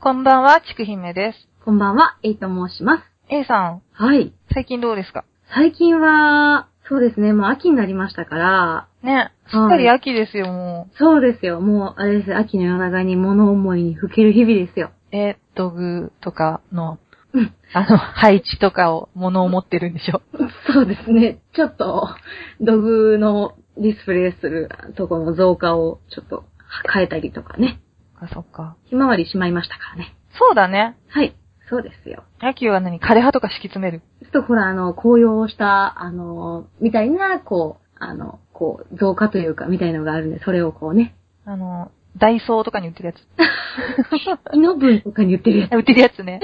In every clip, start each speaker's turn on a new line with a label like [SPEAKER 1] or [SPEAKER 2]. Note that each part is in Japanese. [SPEAKER 1] こんばんは、ちくひめです。
[SPEAKER 2] こんばんは、えいと申します。
[SPEAKER 1] A さん、
[SPEAKER 2] はい。
[SPEAKER 1] 最近どうですか
[SPEAKER 2] 最近は、そうですね、もう秋になりましたから、
[SPEAKER 1] ね、すっかり秋ですよ、も
[SPEAKER 2] そうですよ、もう、あれです、秋の夜長に物思いにふける日々ですよ。
[SPEAKER 1] う。え、土偶とかの
[SPEAKER 2] うん、
[SPEAKER 1] あの、配置とかを、ものを持ってるんでしょ。
[SPEAKER 2] そうですね、ちょっと、土偶のディスプレイするとこの増加をちょっと変えたりとかね。
[SPEAKER 1] あ、そっか。
[SPEAKER 2] ひまわりしまいましたからね。
[SPEAKER 1] そうだね。
[SPEAKER 2] はい、そうですよ。
[SPEAKER 1] 秋は何枯葉とか敷き詰める。
[SPEAKER 2] ちょっとほら、あの、紅葉をした、あの、みたいな、こう、あの、こう、増加というか、みたいのがあるんで、それをこうね、
[SPEAKER 1] あの、ダイソーとかに売ってるやつ。
[SPEAKER 2] イノブンとかに言ってるやつ
[SPEAKER 1] あ売ってるやつね。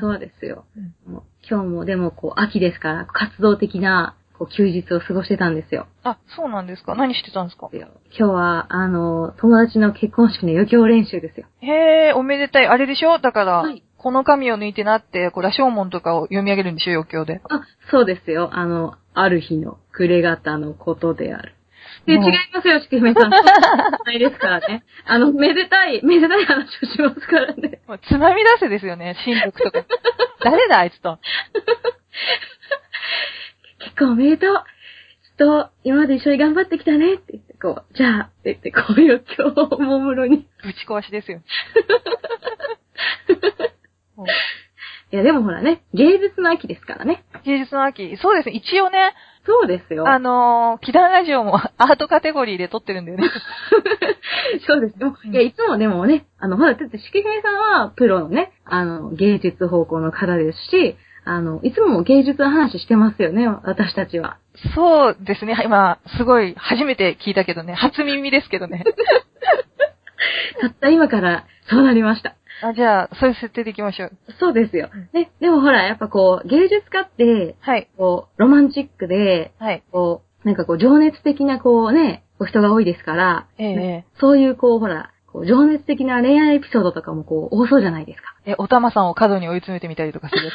[SPEAKER 2] そうですよ。
[SPEAKER 1] うん
[SPEAKER 2] もう今日もでもこう秋ですから活動的なこう休日を過ごしてたんですよ。
[SPEAKER 1] あ、そうなんですか。何してたんですか
[SPEAKER 2] 今日はあの友達の結婚式の余興練習ですよ。
[SPEAKER 1] へえ、おめでたい。あれでしょだから、
[SPEAKER 2] はい
[SPEAKER 1] この紙を抜いてなって、これは正門とかを読み上げるんでしょ余興で。
[SPEAKER 2] あ、そうですよ。あの、ある日の暮れ方のことである。で、違い
[SPEAKER 1] もう
[SPEAKER 2] ますよ、ちくめさん。そうじゃないですから ね。あの、めでたい、めでたい話をしますからね。
[SPEAKER 1] もうつまみ出せですよね。親族とか。誰だ、あいつと。
[SPEAKER 2] 結構おめでとう。ちょっと、今まで一緒に頑張ってきたねって言って、こう、じゃあ、って言って、こう余興をおもむろに。
[SPEAKER 1] ぶち壊し ですよ。もう
[SPEAKER 2] いや、でもほらね、芸術の秋ですからね。
[SPEAKER 1] 芸術の秋。そうですね。一応ね、
[SPEAKER 2] そうですよ。
[SPEAKER 1] あのー、祈願ラジオもアートカテゴリーで撮ってるんだよ ね。
[SPEAKER 2] そうです。でもいや、いつもでもね、あの、ほら、だって、しきがいさんは、プロのね、あの、芸術方向の方ですし、あの、いつも芸術の話してますよね、私たちは。
[SPEAKER 1] そうですね。今、すごい、初めて聞いたけどね。初耳ですけど ね。
[SPEAKER 2] たった今から、そうなりました。
[SPEAKER 1] あじゃあ、そういう設定でいきましょう。
[SPEAKER 2] そうですよ
[SPEAKER 1] うん。
[SPEAKER 2] ね、でもほら、やっぱこう、芸術家って、
[SPEAKER 1] はい。
[SPEAKER 2] こう、ロマンチックで、
[SPEAKER 1] はい。
[SPEAKER 2] こう、なんかこう、情熱的な、こうね、こう人が多いですから、
[SPEAKER 1] ええ
[SPEAKER 2] そういう、こう、ほら、こう情熱的な恋愛エピソードとかもこう、多そうじゃないですか。
[SPEAKER 1] え、おたまさんを角に追い詰めてみたりとかす る。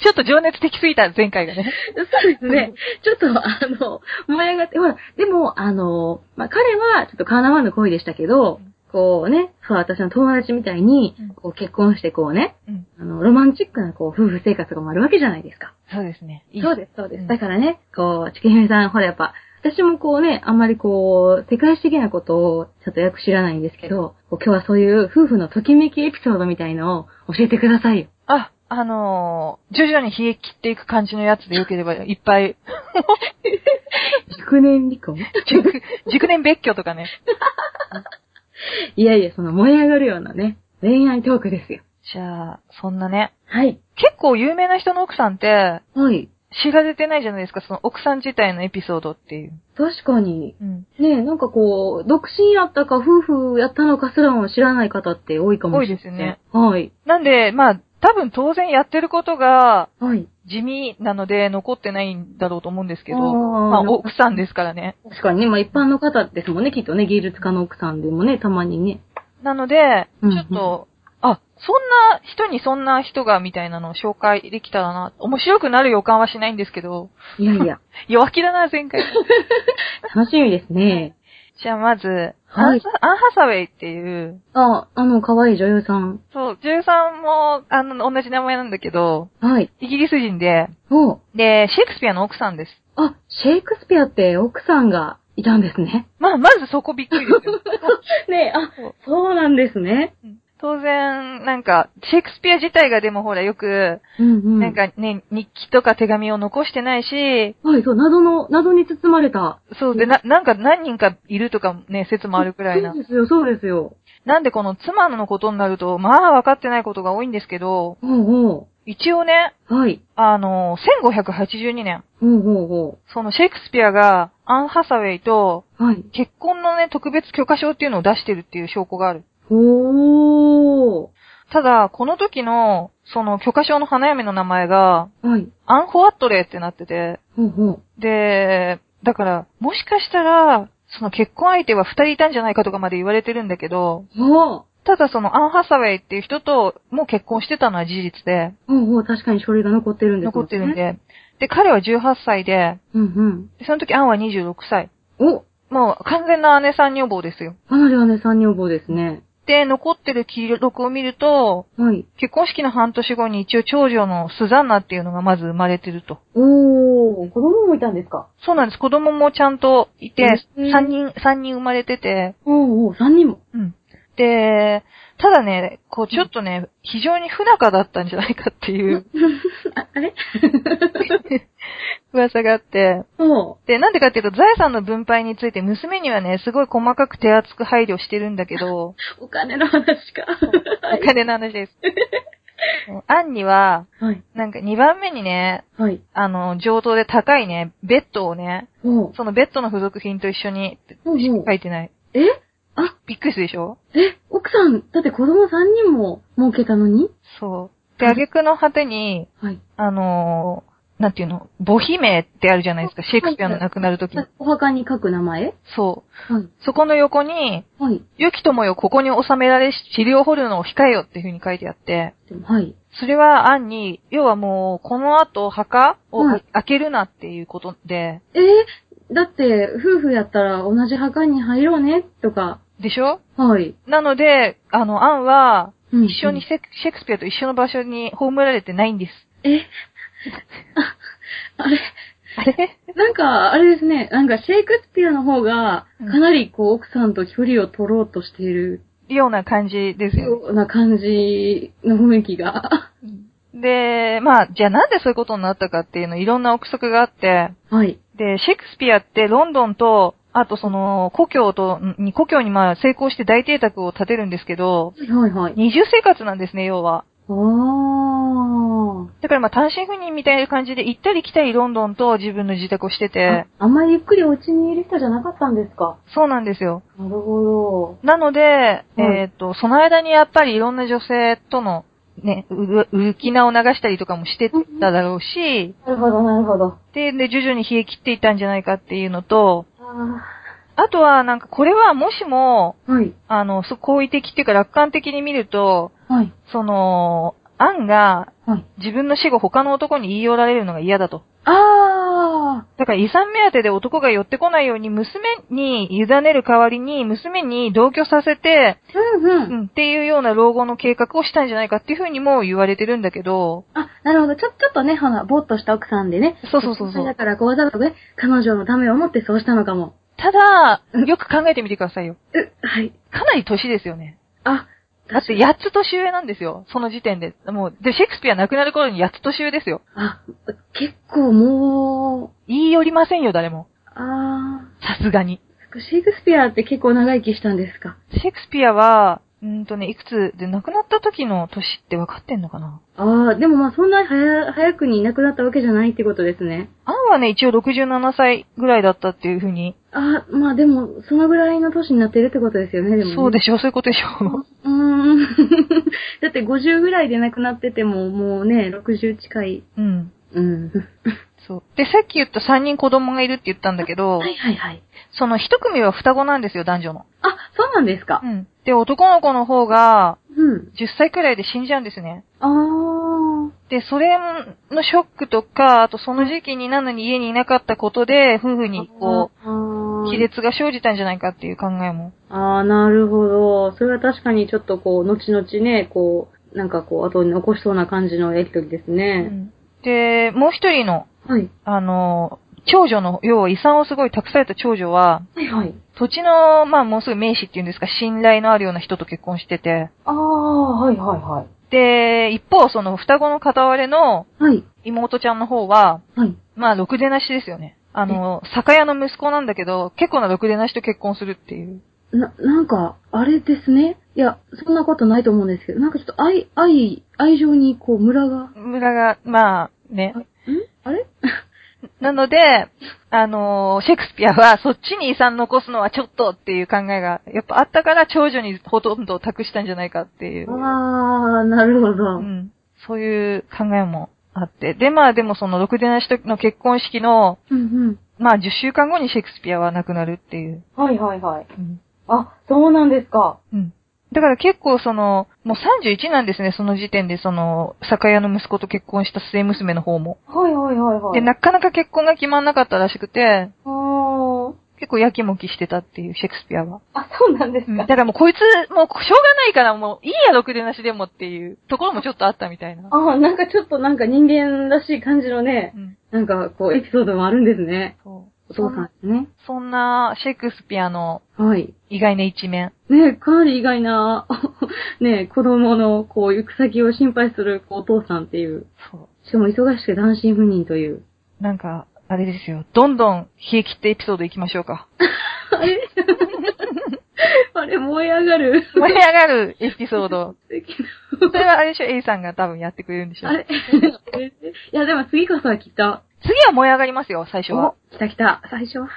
[SPEAKER 1] ちょっと情熱的すぎた、前回がね。
[SPEAKER 2] そうですね。ちょっと、あの、燃え上がって、ほら、でも、あの、まあ、彼は、ちょっと叶わぬ恋でしたけ
[SPEAKER 1] う
[SPEAKER 2] ど
[SPEAKER 1] ん、
[SPEAKER 2] こうね、そう、私の友達みたいに
[SPEAKER 1] うん、
[SPEAKER 2] こう、結婚して、こうね、
[SPEAKER 1] うん。
[SPEAKER 2] あの、ロマンチックな、こう、夫婦生活がもあるわけじゃないですか。
[SPEAKER 1] そうですね。いい
[SPEAKER 2] そうです、そうで
[SPEAKER 1] うん
[SPEAKER 2] す。だからね、こう、ちきひめさん、ほら、やっぱ、私もこうね、あんまりこう、世界史的なことを、ちょっとよく知らないんですけど、こう今日はそういう夫婦のときめきエピソードみたいのを教えてくださいよ。
[SPEAKER 1] あ、あのー徐々に冷え切っていく感じのやつでよければ、いっぱい、
[SPEAKER 2] 熟年離 婚
[SPEAKER 1] 熟、熟年別居とかね。
[SPEAKER 2] いやいや、その燃え上がるようなね、恋愛トークですよ。
[SPEAKER 1] じゃあ、そんなね。
[SPEAKER 2] はい。
[SPEAKER 1] 結構有名な人の奥さんって、
[SPEAKER 2] はい。
[SPEAKER 1] 知られてないじゃないですか、その奥さん自体のエピソードっていう。
[SPEAKER 2] 確かに。
[SPEAKER 1] うん。
[SPEAKER 2] ねえ、なんかこう、独身やったか夫婦やったのかすらも知らない方って多いかもし
[SPEAKER 1] 多
[SPEAKER 2] れない。
[SPEAKER 1] いですよね。
[SPEAKER 2] はい。
[SPEAKER 1] なんで、まあ、多分当然やってることが
[SPEAKER 2] はい。
[SPEAKER 1] 地味なので残ってないんだろうと思うんですけど、
[SPEAKER 2] あー
[SPEAKER 1] まあ、奥さんですからね。
[SPEAKER 2] 確かにね、まあ一般の方ですもんね、きっとね、芸術家の奥さんでもね、たまにね。
[SPEAKER 1] なので、
[SPEAKER 2] うん
[SPEAKER 1] ちょっと、あ、そんな人にそんな人がみたいなのを紹介できたらな、面白くなる予感はしないんですけど、
[SPEAKER 2] いやい や、
[SPEAKER 1] 弱気だな、前回。
[SPEAKER 2] 楽しみですね。
[SPEAKER 1] じゃあまず、ア
[SPEAKER 2] は
[SPEAKER 1] ン
[SPEAKER 2] い
[SPEAKER 1] サアンハサウェイっていう、
[SPEAKER 2] あ、あの、可愛い女優さん。
[SPEAKER 1] そう、女優さんも、あの、同じ名前なんだけど、
[SPEAKER 2] はい。
[SPEAKER 1] イギリス人で、
[SPEAKER 2] お
[SPEAKER 1] で、シェイクスピアの奥さんです。
[SPEAKER 2] あ、シェイクスピアって奥さんがいたんですね。
[SPEAKER 1] まあ、まずそこびっくりですよ。
[SPEAKER 2] ねえ、あ、そうなんですね。
[SPEAKER 1] うん当然、なんか、シェイクスピア自体がでもほらよく、
[SPEAKER 2] うんうん。
[SPEAKER 1] なん、かね、日記とか手紙を残してないし、
[SPEAKER 2] はい、そう、謎の、謎に包まれた。
[SPEAKER 1] そうで、な、なんか何人かいるとかね、説もあるくらいな
[SPEAKER 2] そ。うですよ、そうですよ。
[SPEAKER 1] なんでこの妻のことになると、まあ分かってないことが多いんですけど、
[SPEAKER 2] ほうほ
[SPEAKER 1] 一応ね、
[SPEAKER 2] う。はい。
[SPEAKER 1] あの、1582年、
[SPEAKER 2] ほうほうほ
[SPEAKER 1] そのシェイクスピアがアン・ハサウェイと
[SPEAKER 2] う。はい。
[SPEAKER 1] 結婚のね、特別許可証っていうのを出してるっていう証拠がある。
[SPEAKER 2] ほー。
[SPEAKER 1] ただ、この時の、その許可証の花嫁の名前が、
[SPEAKER 2] はい。
[SPEAKER 1] アン・ホワットレーってなってて、
[SPEAKER 2] ほうほう。
[SPEAKER 1] で、だから、もしかしたら、その結婚相手は二人いたんじゃないかとかまで言われてるんだけど、
[SPEAKER 2] ほう。
[SPEAKER 1] ただそのアン・ハサウェイっていう人ともう結婚してたのは事実で、
[SPEAKER 2] ほうほう、確かに書類が残ってるんです
[SPEAKER 1] 残ってるん
[SPEAKER 2] で。
[SPEAKER 1] で、で、彼は18歳で、
[SPEAKER 2] うん
[SPEAKER 1] でその時アンは26歳。
[SPEAKER 2] うん。お
[SPEAKER 1] もう完全な姉さん女房ですよ。
[SPEAKER 2] かなり姉さん女房ですね。
[SPEAKER 1] って残ってる記録を見ると、
[SPEAKER 2] はい。
[SPEAKER 1] 結婚式の半年後に一応長女のスザンナっていうのがまず生まれてると。
[SPEAKER 2] おー、子供もいたんですか
[SPEAKER 1] そうなんです。子供もちゃんといて、
[SPEAKER 2] うん
[SPEAKER 1] 3人、三人生まれてて、
[SPEAKER 2] おー、おー、3人も。
[SPEAKER 1] うん。で、ただね、こうちょっとね、非常に不仲だったんじゃないかっていう
[SPEAKER 2] あ、あれ
[SPEAKER 1] 噂があって、
[SPEAKER 2] そ
[SPEAKER 1] で、なんでかっていうと、財産の分配について娘にはね、すごい細かく手厚く配慮してるんだけど、
[SPEAKER 2] う。お金の話か。
[SPEAKER 1] お金の話です。 アンには、
[SPEAKER 2] はい。
[SPEAKER 1] なんか2番目にね、
[SPEAKER 2] はい。
[SPEAKER 1] あの、上等で高いね、ベッドをね、
[SPEAKER 2] おー。
[SPEAKER 1] そのベッドの付属品と一緒に
[SPEAKER 2] おうおう
[SPEAKER 1] 書いてない。
[SPEAKER 2] えあ、
[SPEAKER 1] びっくりするでしょ
[SPEAKER 2] え、奥さん、だって子供3人も儲けたのに
[SPEAKER 1] そう。で、挙句の果てに、
[SPEAKER 2] はい。
[SPEAKER 1] あのーなんていうの、母姫ってあるじゃないですか、シェイクスピアの亡くなるときに。
[SPEAKER 2] お墓に書く名前
[SPEAKER 1] そ
[SPEAKER 2] はい。
[SPEAKER 1] う。そこの横に、
[SPEAKER 2] はい。
[SPEAKER 1] 良き友よ、ここに収められし、治療掘るのを控えよっていう風に書いてあって、
[SPEAKER 2] でもはい。
[SPEAKER 1] それは案に、要はもう、この後墓を
[SPEAKER 2] うん
[SPEAKER 1] 開けるなっていうことで、
[SPEAKER 2] えー、だって、夫婦やったら同じ墓に入ろうね、とか。
[SPEAKER 1] でしょ
[SPEAKER 2] はい。
[SPEAKER 1] なので、あの、アンは、
[SPEAKER 2] うん
[SPEAKER 1] 一緒にシェシェイクスピアと一緒の場所に葬られてないんです。
[SPEAKER 2] えあ、あれ
[SPEAKER 1] あれ
[SPEAKER 2] なんか、あれですね、なんかシェイクスピアの方が、かなりこう、奥さんと距離を取ろうとしている
[SPEAKER 1] ような感じですよね
[SPEAKER 2] よ。うな感じの雰囲気が。
[SPEAKER 1] で、まあ、じゃあなんでそういうことになったかっていうの、いろんな憶測があって、
[SPEAKER 2] はい。
[SPEAKER 1] で、シェイクスピアってロンドンと、あとその、故郷と、に故郷にまあ成功して大邸宅を建てるんですけど、
[SPEAKER 2] はいはい。
[SPEAKER 1] 二重生活なんですね、要は。
[SPEAKER 2] あー
[SPEAKER 1] だからまあ単身赴任みたいな感じで行ったり来たりロンドンと自分の自宅をして
[SPEAKER 2] あ
[SPEAKER 1] て、。
[SPEAKER 2] あんまりゆっくりお家にいる人じゃなかったんですか。
[SPEAKER 1] そうなんですよ。
[SPEAKER 2] なるほ
[SPEAKER 1] なので、えっ、と、その間にやっぱりいろんな女性との、ね、う、うきなを流したりとかもしてただろうし、
[SPEAKER 2] ど。なるほど、なるほど。
[SPEAKER 1] で、で、徐々に冷え切っていたんじゃないかっていうのと、
[SPEAKER 2] あ
[SPEAKER 1] あとは、なんか、これはもしも、
[SPEAKER 2] ーはい。
[SPEAKER 1] あの、そう好意的っていうか楽観的に見ると、
[SPEAKER 2] はい。
[SPEAKER 1] その、アンが
[SPEAKER 2] はい。
[SPEAKER 1] 自分の死後他の男に言い寄られるのが嫌だと。
[SPEAKER 2] あ
[SPEAKER 1] だから遺産目当てで男が寄ってこないように娘に委ねる代わりに娘に同居させて、
[SPEAKER 2] ーうんう。
[SPEAKER 1] うんん、っていうような老後の計画をしたんじゃないかっていうふうにも言われてるんだけど、
[SPEAKER 2] あ、なるほど。ちょ、ちょっとね、ほら、ぼーっとした奥さんでね。
[SPEAKER 1] そうそうそうそう
[SPEAKER 2] だから、こう、だとね、彼女のためを思ってそうしたのかも。
[SPEAKER 1] ただ、よく考えてみてくださいよ。
[SPEAKER 2] う、はい。
[SPEAKER 1] かなり年ですよね。
[SPEAKER 2] あ、
[SPEAKER 1] だって8つ年上なんですよ。その時点で。もう、で、シェイクスピア亡くなる頃に8つ年上ですよ。
[SPEAKER 2] あ、結構もう、
[SPEAKER 1] 言い寄りませんよ、誰も。
[SPEAKER 2] あ
[SPEAKER 1] さすがに。
[SPEAKER 2] ー、シェイクスピアって結構長生きしたんですか。
[SPEAKER 1] シェイクスピアは、うーんとね、いくつで亡くなった時の年って分かってんのかな
[SPEAKER 2] あー、でもまあそんなに早早くにいなくなったわけじゃないってことですね。
[SPEAKER 1] アンはね、一応67歳ぐらいだったっていうふうに。
[SPEAKER 2] あー、まあでも、そのぐらいの年になってるってことですよね、でも、ね。
[SPEAKER 1] そうでしょ、そういうことでし ょ。
[SPEAKER 2] うーん。だって50ぐらいで亡くなってても、もうね、60近い。
[SPEAKER 1] うん。
[SPEAKER 2] うん。
[SPEAKER 1] そう。で、さっき言った3人子供がいるって言ったんだけど
[SPEAKER 2] は、いはいはい。
[SPEAKER 1] その一組は双子なんですよ、男女の。
[SPEAKER 2] あ、そうなんですか
[SPEAKER 1] う。ん。で、男の子の方が、
[SPEAKER 2] うん。
[SPEAKER 1] 10歳くらいで死んじゃうんですね。
[SPEAKER 2] あー。
[SPEAKER 1] で、それのショックとか、あとその時期になのに家にいなかったことで、夫婦にこ
[SPEAKER 2] あ
[SPEAKER 1] う、
[SPEAKER 2] ー
[SPEAKER 1] 亀裂が生じたんじゃないかっていう考えも。
[SPEAKER 2] あー、なるほど。それは確かにちょっとこう、後々ね、こう、なんかこう、後に残しそうな感じのやりとりです
[SPEAKER 1] う
[SPEAKER 2] ね。
[SPEAKER 1] ん。で、もう一人の、
[SPEAKER 2] はい。
[SPEAKER 1] あの、長女の、要は遺産をすごい託された長女は、
[SPEAKER 2] はいはい。
[SPEAKER 1] 土地の、まあもうすぐ名士っていうんですか、信頼のあるような人と結婚してて、
[SPEAKER 2] あー、はいはいはい。
[SPEAKER 1] で、一方、その双子の片割れの
[SPEAKER 2] はい。
[SPEAKER 1] 妹ちゃんの方は、
[SPEAKER 2] はい。
[SPEAKER 1] まあ、ろくでなしですよね。あの、酒屋の息子なんだけど、結構なろくでなしと結婚するっていう。
[SPEAKER 2] な、なんか、あれですね。いや、そんなことないと思うんですけど、なんかちょっと愛、愛、愛情にこう、ムラが。
[SPEAKER 1] 村が、まあ、ね
[SPEAKER 2] あ。んあれ
[SPEAKER 1] なので、あの、シェイクスピアは、そっちに遺産残すのはちょっとっていう考えが、やっぱあったから、長女にほとんど託したんじゃないかっていう。
[SPEAKER 2] あー、なるほど。
[SPEAKER 1] うん。そういう考えもあって。で、まあでもその、ろくでなしとの結婚式の、
[SPEAKER 2] うん
[SPEAKER 1] まあ10週間後にシェイクスピアは亡くなるっていう。
[SPEAKER 2] うん。はいはいはい。
[SPEAKER 1] うん。
[SPEAKER 2] あ、そうなんですか。
[SPEAKER 1] うん。だから結構その、もう31なんですね、その時点でその、酒屋の息子と結婚した末娘の方も。
[SPEAKER 2] はいはいはいは
[SPEAKER 1] で、なかなか結婚が決まんなかったらしくて、
[SPEAKER 2] あー
[SPEAKER 1] 結構やきもきしてたっていう、シェイクスピアは。
[SPEAKER 2] あ、そうなんです
[SPEAKER 1] うんだ
[SPEAKER 2] か。
[SPEAKER 1] からもうこいつ、もうしょうがないからもういいや、ろくでなしでもっていうところもちょっとあったみたいな。
[SPEAKER 2] ああ、なんかちょっとなんか人間らしい感じのね
[SPEAKER 1] う、ん。
[SPEAKER 2] なんかこうエピソードもあるんですね。
[SPEAKER 1] そう。
[SPEAKER 2] お父さんですね。
[SPEAKER 1] そんなシェイクスピアの
[SPEAKER 2] はい。
[SPEAKER 1] 意外な一面。
[SPEAKER 2] ねかなり意外な、 ね子供のこう行く先を心配するこうお父さんっていう。
[SPEAKER 1] そ
[SPEAKER 2] しかも忙しくて単身赴任という。
[SPEAKER 1] う。なんか、あれですよ。どんどん冷え切ってエピソード行きましょうか。
[SPEAKER 2] あれあれ、燃え上がる。
[SPEAKER 1] 盛り上がるエピソード。
[SPEAKER 2] 素敵
[SPEAKER 1] それはあれでしょ ?A さんが多分やってくれるんでしょ
[SPEAKER 2] なあれ いや、でも次こそは来た。
[SPEAKER 1] 次は燃え上がりますよ、最初は。
[SPEAKER 2] 来た来た。最初は。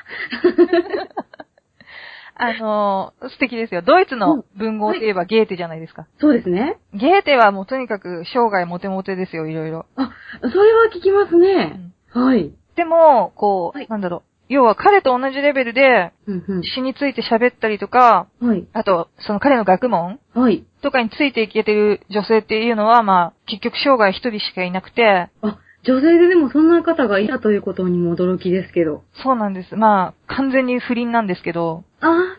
[SPEAKER 1] あのー素敵ですよ。ドイツの文豪といえばゲーテじゃないですか。
[SPEAKER 2] そうですね。
[SPEAKER 1] ゲーテはもうとにかく生涯モテモテですよ、いろいろ。
[SPEAKER 2] それは聞きますね。はい。
[SPEAKER 1] でも、こう、
[SPEAKER 2] はい
[SPEAKER 1] なんだろう。要は彼と同じレベルで
[SPEAKER 2] うん
[SPEAKER 1] 詩について喋ったりとか、
[SPEAKER 2] うん。はい。
[SPEAKER 1] あと、その彼の学問
[SPEAKER 2] はい。
[SPEAKER 1] とかについていけてる女性っていうのは、まあ、結局生涯一人しかいなくて、
[SPEAKER 2] あ、女性ででもそんな方がいたということにも驚きですけど。
[SPEAKER 1] そうなんです。まあ、完全に不倫なんですけど、
[SPEAKER 2] あ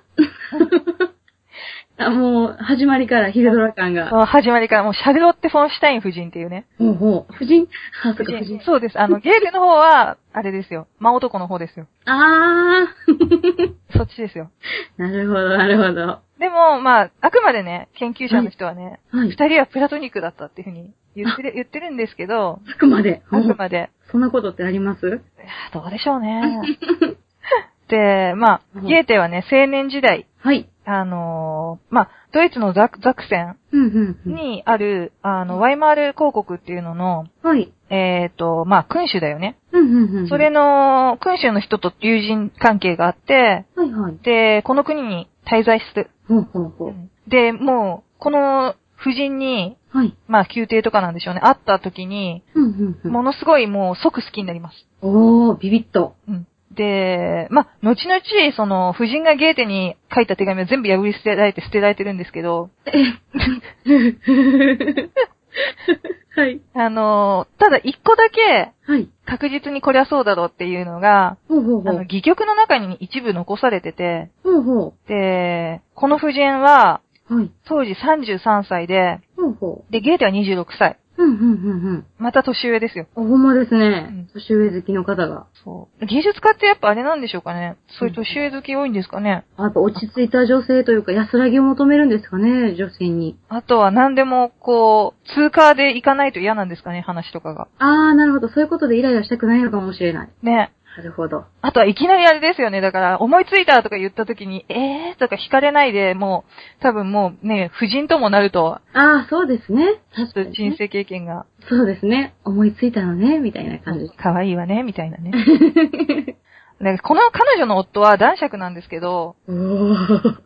[SPEAKER 2] ー あ。もう、始まりからヒデドラ感が。
[SPEAKER 1] まあ始まりからもうシャルロッテ・フォンシュタイン夫人っていうね。
[SPEAKER 2] ほうほう。夫人あ、そっか、夫
[SPEAKER 1] 夫人
[SPEAKER 2] 人。
[SPEAKER 1] そうです。あの、ゲーテの方は、あれですよ。真男の方ですよ。
[SPEAKER 2] あー。
[SPEAKER 1] そっちですよ。
[SPEAKER 2] なるほど、なるほど。
[SPEAKER 1] でも、まあ、あくまでね、研究者の人はね、
[SPEAKER 2] は
[SPEAKER 1] 二、
[SPEAKER 2] い。
[SPEAKER 1] 人はプラトニックだったっていうふうに言 ってる、言ってるんですけど、
[SPEAKER 2] あくまで。
[SPEAKER 1] あくまで、
[SPEAKER 2] そんなことってあります
[SPEAKER 1] いやどうでしょう ね。で、まあ、ゲーテはね、青年時代、
[SPEAKER 2] はい。
[SPEAKER 1] あのーまあ、ドイツのザク、ザクセン
[SPEAKER 2] うん、うん、うん。
[SPEAKER 1] にある、あの、ワイマール公国っていうのの、
[SPEAKER 2] はい。
[SPEAKER 1] えっ、と、まあ、君主だよね。
[SPEAKER 2] うん、うん、うん。
[SPEAKER 1] それ、の、君主の人と友人関係があって、
[SPEAKER 2] はい、はい。
[SPEAKER 1] で、この国に滞在する。
[SPEAKER 2] ほうほうほう。
[SPEAKER 1] で、もう、この夫人に、
[SPEAKER 2] はい。
[SPEAKER 1] まあ、宮廷とかなんでしょうね。会った時に、
[SPEAKER 2] うん、うん、うん。
[SPEAKER 1] ものすごいもう即好きになります。
[SPEAKER 2] おー、ビビッ と。
[SPEAKER 1] うん。で、まあ、後々、その、夫人がゲーテに書いた手紙は全部破り捨てられて捨てられてるんですけど、
[SPEAKER 2] はい。
[SPEAKER 1] あの、ただ一個だけ、
[SPEAKER 2] はい。
[SPEAKER 1] 確実にこりゃそうだろうっていうのが、
[SPEAKER 2] ほうほうほ
[SPEAKER 1] あの、
[SPEAKER 2] う。
[SPEAKER 1] 戯曲の中に一部残されてて、
[SPEAKER 2] ほうほ
[SPEAKER 1] で、この夫人は、
[SPEAKER 2] う。はい。
[SPEAKER 1] 当時33歳で、
[SPEAKER 2] ほうほ
[SPEAKER 1] で、ゲーテは26歳。
[SPEAKER 2] う。うん、うん、うん、うん。
[SPEAKER 1] また年上ですよ。
[SPEAKER 2] あ、ほんまです
[SPEAKER 1] う
[SPEAKER 2] ね
[SPEAKER 1] ん。
[SPEAKER 2] 年上好きの方が。
[SPEAKER 1] そう。芸術家ってやっぱあれなんでしょうかねそういう年上好き多いんですかね
[SPEAKER 2] あやっぱ落ち着いた女性というか安らぎを求めるんですかね、女性に。
[SPEAKER 1] あとは何でも、こう、通過で行かないと嫌なんですかね話とかが。
[SPEAKER 2] あー、なるほど。そういうことでイライラしたくないのかもしれない。
[SPEAKER 1] ね。
[SPEAKER 2] なるほど。
[SPEAKER 1] あとはいきなりあれですよね。だから、思いついたとか言った時に、えーとか惹かれないで、もう、多分もうね、夫人ともなると、
[SPEAKER 2] あー、そうですね。確かにね
[SPEAKER 1] 人生経験が、
[SPEAKER 2] そうですね。思いついたのね、みたいな感じ。
[SPEAKER 1] 可愛いわね、みたいなね。なんかこの彼女の夫は男爵なんですけど、
[SPEAKER 2] おー。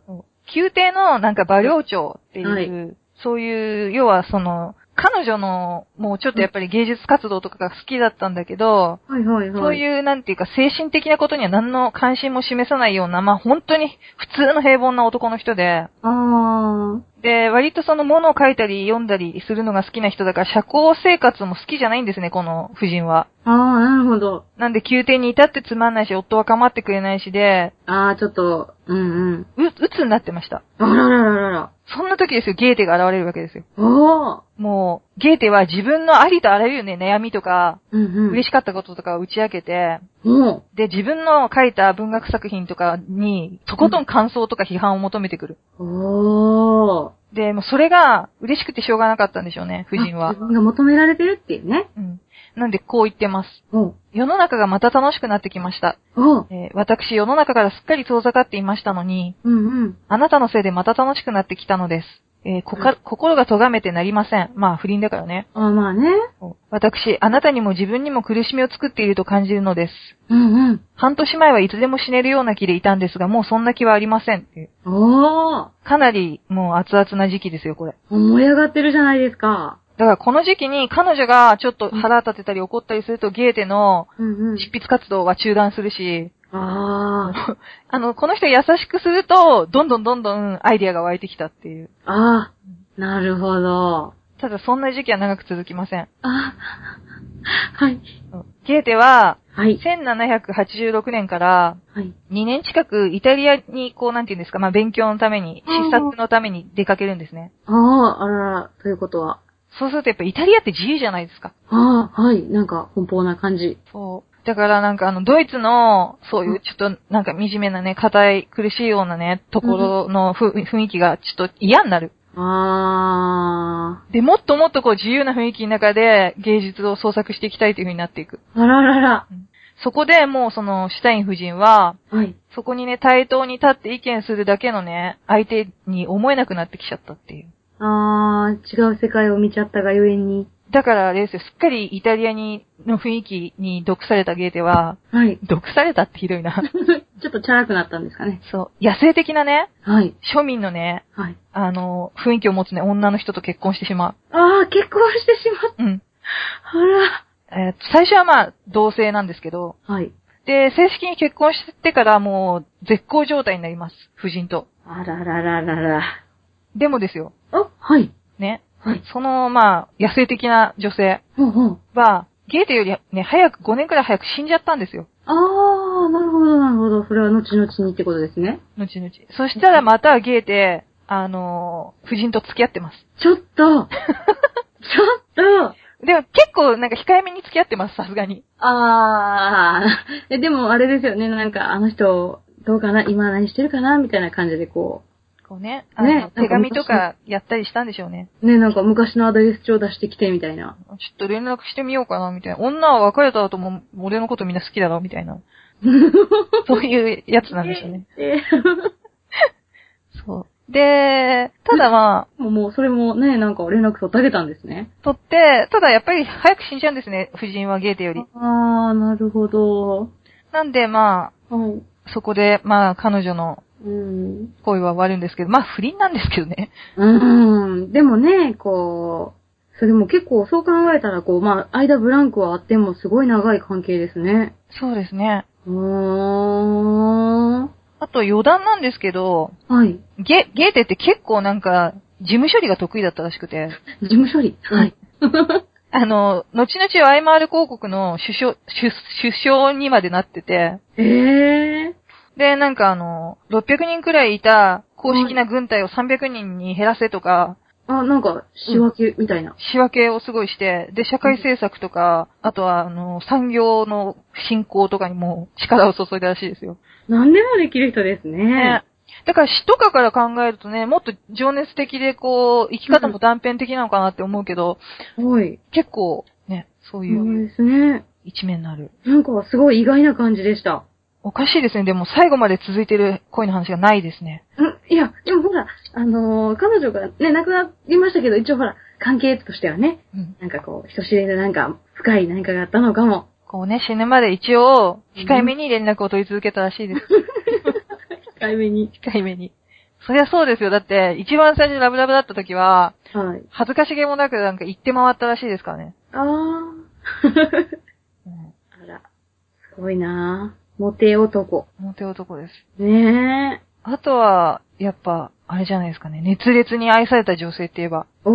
[SPEAKER 1] 宮廷のなんか馬領長っていう、
[SPEAKER 2] は
[SPEAKER 1] そういう、要はその、彼女の、もうちょっとやっぱり芸術活動とかが好きだったんだけど、
[SPEAKER 2] はいはいはい。
[SPEAKER 1] そういう、なんていうか、精神的なことには何の関心も示さないような、まあ本当に普通の平凡な男の人で、
[SPEAKER 2] あ
[SPEAKER 1] で、割とその物を書いたり読んだりするのが好きな人だから、社交生活も好きじゃないんですね、この夫人は。
[SPEAKER 2] あ、ああ、なるほど。
[SPEAKER 1] なんで宮廷にいたってつまんないし、夫は構ってくれないしで、
[SPEAKER 2] ああ、ちょっと、うんうん。
[SPEAKER 1] う、鬱になってました。
[SPEAKER 2] あららららら。
[SPEAKER 1] そんな時ですよ、ゲーテが現れるわけですよ。
[SPEAKER 2] おー。
[SPEAKER 1] もう、ゲーテは自分のありとあらゆるね、悩みとか、
[SPEAKER 2] うんうん。
[SPEAKER 1] 嬉
[SPEAKER 2] し
[SPEAKER 1] しかったこととかを打ち明けて、
[SPEAKER 2] い。も
[SPEAKER 1] で、自分の書いた文学作品とかに、とことん感想とか批判を求めてくる。
[SPEAKER 2] う。おー。
[SPEAKER 1] で、もうそれが嬉しくてしょうがなかったんでしょうね、夫人
[SPEAKER 2] あ
[SPEAKER 1] は
[SPEAKER 2] 自。分が求められてるっていうね。
[SPEAKER 1] うん。なんで、こう言ってます。
[SPEAKER 2] おう。
[SPEAKER 1] 世の中がまた楽しくなってきました。
[SPEAKER 2] おう。
[SPEAKER 1] えー私、世の中からすっかり遠ざかっていましたのに、
[SPEAKER 2] うんうん。
[SPEAKER 1] あなたのせいでまた楽しくなってきたのです。えーこか心が咎めてなりません。まあ、不倫だからね。
[SPEAKER 2] ああ、まあね。
[SPEAKER 1] 私、あなたにも自分にも苦しみを作っていると感じるのです。
[SPEAKER 2] うんうん。
[SPEAKER 1] 半年前はいつでも死ねるような気でいたんですが、もうそんな気はありませんっていう。
[SPEAKER 2] おー。
[SPEAKER 1] かなりもう熱々な時期ですよ、これ。
[SPEAKER 2] 思い上がってるじゃないですか。
[SPEAKER 1] だからこの時期に彼女がちょっと腹立てたり怒ったりするとゲーテの
[SPEAKER 2] うんうん。
[SPEAKER 1] 執筆活動は中断するし、
[SPEAKER 2] ああ。
[SPEAKER 1] あの、この人優しくすると、どんどんどんどんアイディアが湧いてきたっていう。
[SPEAKER 2] ああ。なるほど。
[SPEAKER 1] ただそんな時期は長く続きません。
[SPEAKER 2] あはい。
[SPEAKER 1] ゲーテは、
[SPEAKER 2] はい。
[SPEAKER 1] 1786年から
[SPEAKER 2] はい。
[SPEAKER 1] 2年近くイタリアにこう、なんていうんですか、まあ、勉強のために、
[SPEAKER 2] うん
[SPEAKER 1] 視察のために出かけるんですね。
[SPEAKER 2] ああ、あらら、ということは。
[SPEAKER 1] そうするとやっぱイタリアって自由じゃないですか。
[SPEAKER 2] ああ、はい。なんか、奔放な感じ。
[SPEAKER 1] そう。だからなんかあの、ドイツの、そういううんちょっとなんか惨めなね、硬い、苦しいようなね、ところのふ雰囲気がちょっと嫌になる。
[SPEAKER 2] あ
[SPEAKER 1] で、もっともっとこう自由な雰囲気の中で芸術を創作していきたいという風になっていく。
[SPEAKER 2] あ、あららら。
[SPEAKER 1] そこでもうその、シュタイン夫人は、
[SPEAKER 2] はい。
[SPEAKER 1] そこにね、対等に立って意見するだけのね、相手に思えなくなってきちゃったっていう。
[SPEAKER 2] ああ、違う世界を見ちゃったがゆえに。
[SPEAKER 1] だからあれですよ、すっかりイタリアに、の雰囲気に毒されたゲーテは、
[SPEAKER 2] はい。
[SPEAKER 1] 毒されたってひどい な。
[SPEAKER 2] ちょっとチャラくなったんですかね。
[SPEAKER 1] そう、野生的なね、
[SPEAKER 2] はい。
[SPEAKER 1] 庶民のね、
[SPEAKER 2] はい。
[SPEAKER 1] あの、雰囲気を持つね、女の人と結婚してしま
[SPEAKER 2] ああ、結婚してしまっ
[SPEAKER 1] う。うん。
[SPEAKER 2] た。あら。
[SPEAKER 1] えー最初はまあ、同性なんですけど、
[SPEAKER 2] はい。
[SPEAKER 1] で、正式に結婚してからもう、絶好状態になります。夫人と。
[SPEAKER 2] あららららら。
[SPEAKER 1] でもですよ、
[SPEAKER 2] あ、はい。
[SPEAKER 1] ね。
[SPEAKER 2] はい。
[SPEAKER 1] その、まあ、野生的な女性
[SPEAKER 2] ほうほう。
[SPEAKER 1] は、ゲーテよりね、早く、5年くらい早く死んじゃったんですよ。
[SPEAKER 2] ああ、なるほど、なるほど。それは後々にってことですね。
[SPEAKER 1] 後々。そしたらまたゲーテ、あのー夫人と付き合ってます。
[SPEAKER 2] ちょ っとちょっと
[SPEAKER 1] でも結構なんか控えめに付き合ってます、さすがに。
[SPEAKER 2] あー、え、でもあれですよね、なんかあの人、どうかな今何してるかなみたいな感じでこ
[SPEAKER 1] こうね、あの、
[SPEAKER 2] ね
[SPEAKER 1] 手紙とかやったりしたんでしょうね。
[SPEAKER 2] う、ね、なんか昔のアドレス帳出してきてみたいな。
[SPEAKER 1] ちょっと連絡してみようかな、みたいな。女は別れた後も俺のことみんな好きだろ、みたいな。そういうやつなんでしょうね。
[SPEAKER 2] え
[SPEAKER 1] そう。で、ただまあ、
[SPEAKER 2] ー もうそれもね、なんか連絡取ってあげたんですね。
[SPEAKER 1] とって、ただやっぱり早く死んじゃうんですね、夫人はゲーテより。
[SPEAKER 2] あー、なるほど。
[SPEAKER 1] なんでま
[SPEAKER 2] はい。
[SPEAKER 1] あ、そこでまあ彼女の
[SPEAKER 2] うん。
[SPEAKER 1] 恋は終わるんですけど、まあ不倫なんですけどね。
[SPEAKER 2] うん。でもね、こう、それも結構そう考えたら、こう、まあ、間ブランクはあってもすごい長い関係ですね。
[SPEAKER 1] そうですね。
[SPEAKER 2] うーん。は
[SPEAKER 1] あと余談なんですけど、
[SPEAKER 2] い。
[SPEAKER 1] ゲ、ゲーテって結構なんか、事務処理が得意だったらしくて、
[SPEAKER 2] 事務処理。はい。
[SPEAKER 1] あの、後々 IMR 広告の首相、首首相にまでなってて、
[SPEAKER 2] ええ
[SPEAKER 1] で、なんかあの、600人くらいいた公式な軍隊を300人に減らせとか、
[SPEAKER 2] あ、なんか、仕分けみたいな。
[SPEAKER 1] 仕分けをすごいして、で、社会政策とか、あとはあの、産業の振興とかにも力を注いだらしいですよ。
[SPEAKER 2] 何でもできる人ですね
[SPEAKER 1] ね。だから詩とかから考えるとね、もっと情熱的でこう、生き方も断片的なのかなって思うけど、
[SPEAKER 2] はい。
[SPEAKER 1] 結構ね、そう
[SPEAKER 2] そ
[SPEAKER 1] いう
[SPEAKER 2] うですね。
[SPEAKER 1] 一面のある。
[SPEAKER 2] なんか、すごい意外な感じでした。
[SPEAKER 1] おかしいですね。でも最後まで続いてる恋の話がないですね。
[SPEAKER 2] うん、いや、でもほら、あのー彼女がね、亡くなりましたけど、一応ほら、関係としてはね、
[SPEAKER 1] うん。
[SPEAKER 2] なんかこう、人知れぬなんか、深い何かがあったのかも。
[SPEAKER 1] こうね、死ぬまで一応、控えめに連絡を取り続けたらしいです。
[SPEAKER 2] 控えめに。
[SPEAKER 1] 控えめに。そりゃそうですよ。だって、一番最初にラブラブだった時は、
[SPEAKER 2] はい。
[SPEAKER 1] 恥ずかしげもなくなんか行って回ったらしいですからね。
[SPEAKER 2] あー。
[SPEAKER 1] うん。
[SPEAKER 2] あら、すごいなぁ。モテ男。
[SPEAKER 1] モテ男です。
[SPEAKER 2] ねえ。
[SPEAKER 1] あとは、やっぱ、あれじゃないですかね。熱烈に愛された女性って言えば、
[SPEAKER 2] お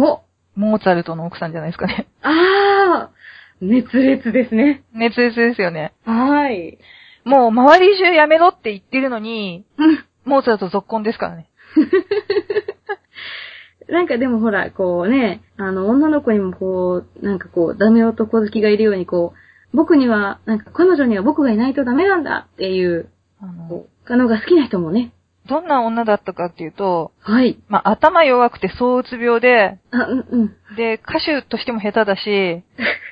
[SPEAKER 1] モーツァルトの奥さんじゃないですかね。
[SPEAKER 2] あー熱烈ですね。
[SPEAKER 1] 熱烈ですよね。
[SPEAKER 2] はい。
[SPEAKER 1] もう、周り中やめろって言ってるのに、
[SPEAKER 2] うん
[SPEAKER 1] モーツァルト続婚ですからね。
[SPEAKER 2] なんかでもほら、こうね、あの、女の子にもこう、なんかこう、ダメ男好きがいるようにこう、僕には、なんか彼女には僕がいないとダメなんだっていう、
[SPEAKER 1] あの、
[SPEAKER 2] こう、のが好きな人もね。
[SPEAKER 1] どんな女だったかっていうと、
[SPEAKER 2] はい。
[SPEAKER 1] まあ、頭弱くて躁うつ病で、
[SPEAKER 2] あ、うん、うん。
[SPEAKER 1] で、歌手としても下手だ し、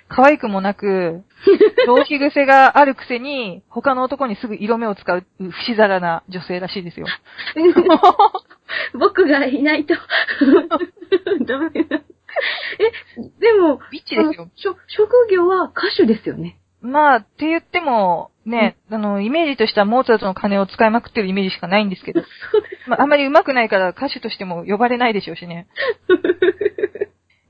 [SPEAKER 1] 可愛くもなく、浪費癖があるくせに、他の男にすぐ色目を使う、不死皿な女性らしいですよ。
[SPEAKER 2] 僕がいないと。ダメだ。え、でも、
[SPEAKER 1] ビッチです
[SPEAKER 2] あ
[SPEAKER 1] よ
[SPEAKER 2] の。しょ職業は歌手ですよね。
[SPEAKER 1] まあ、って言っても、ね、あの、イメージとしてはモーツァルトの金を使いまくってるイメージしかないんですけど、
[SPEAKER 2] そうです。
[SPEAKER 1] まあ、あんまり上手くないから歌手としても呼ばれないでしょうし ね。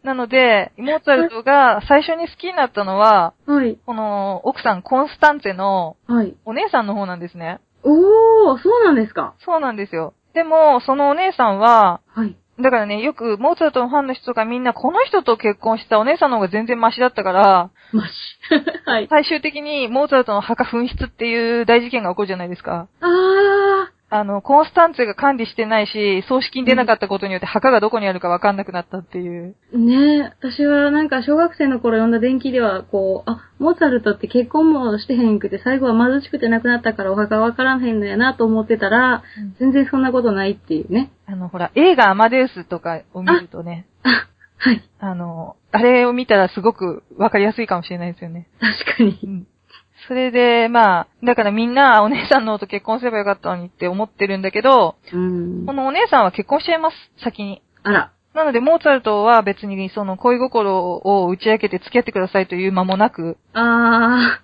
[SPEAKER 1] なので、モーツァルトが最初に好きになったのは、
[SPEAKER 2] はい。
[SPEAKER 1] この奥さんコンスタンツェの
[SPEAKER 2] はい。
[SPEAKER 1] お姉さんの方なんですね。
[SPEAKER 2] おー、そうなんですか。
[SPEAKER 1] そうなんですよ。でも、そのお姉さんは、
[SPEAKER 2] はい。
[SPEAKER 1] だからね、よくモーツァルトのファンの人がみんなこの人と結婚したお姉さんの方が全然マシだったから、
[SPEAKER 2] マシ。 はい。
[SPEAKER 1] 最終的にモーツァルトの墓紛失っていう大事件が起こるじゃないですか。
[SPEAKER 2] あ
[SPEAKER 1] あの、コンスタンツェが管理してないし、葬式に出なかったことによって墓がどこにあるかわかんなくなったっていう。
[SPEAKER 2] ー。ねえ、私はなんか小学生の頃読んだ伝記では、こう、あ、モーツァルトって結婚もしてへんくて、最後は貧しくて亡くなったからお墓わからへんのやなと思ってたら、全然そんなことないっていうね。
[SPEAKER 1] あの、ほら、映画アマデウスとかを見るとね、
[SPEAKER 2] あ、はい。
[SPEAKER 1] あの、あれを見たらすごくわかりやすいかもしれないですよね。
[SPEAKER 2] 確かに。
[SPEAKER 1] それで、まあ、だからみんなお姉さんの方と結婚すればよかったのにって思ってるんだけど、
[SPEAKER 2] うん
[SPEAKER 1] こ。のお姉さんは結婚しちゃいます、先に。
[SPEAKER 2] あら。
[SPEAKER 1] なので、モーツァルトは別にその恋心を打ち明けて付き合ってくださいという間もなく、
[SPEAKER 2] あ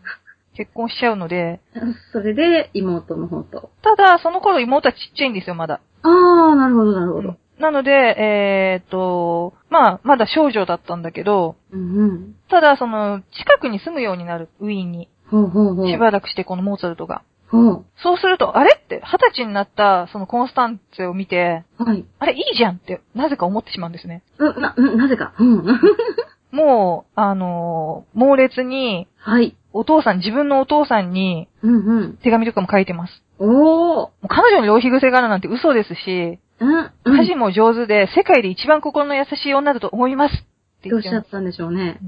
[SPEAKER 1] 結婚しちゃうので、
[SPEAKER 2] ー。それで、妹の方と。
[SPEAKER 1] ただ、その頃妹はちっちゃいんですよ、まだ。
[SPEAKER 2] あー、なるほど、なる
[SPEAKER 1] う
[SPEAKER 2] ほど
[SPEAKER 1] ん。なので、えーっと、まあ、まだ少女だったんだけど、
[SPEAKER 2] うんうん。
[SPEAKER 1] ただ、その、近くに住むようになる、ウィーンに。
[SPEAKER 2] ほうほうほう。
[SPEAKER 1] しばらくして、このモーツァルトが。
[SPEAKER 2] ほ
[SPEAKER 1] そうすると、あれって、二十歳になった、そのコンスタンツェを見て、
[SPEAKER 2] う。はい。
[SPEAKER 1] あれ、いいじゃんって、なぜか思ってしまうんですね。
[SPEAKER 2] うん、な、うんなぜか。うん。
[SPEAKER 1] もう、あのー猛烈に、
[SPEAKER 2] はい。
[SPEAKER 1] お父さん、自分のお父さんに
[SPEAKER 2] うん
[SPEAKER 1] 手紙とかも書いてます。
[SPEAKER 2] うん。おー。
[SPEAKER 1] もう彼女の浪費癖があるなんて嘘ですし、
[SPEAKER 2] うん。うん
[SPEAKER 1] 家事も上手で、世界で一番心の優しい女だと思いますって言
[SPEAKER 2] どう
[SPEAKER 1] っ
[SPEAKER 2] してちゃ
[SPEAKER 1] ま
[SPEAKER 2] っ
[SPEAKER 1] す。
[SPEAKER 2] たんでしょうね。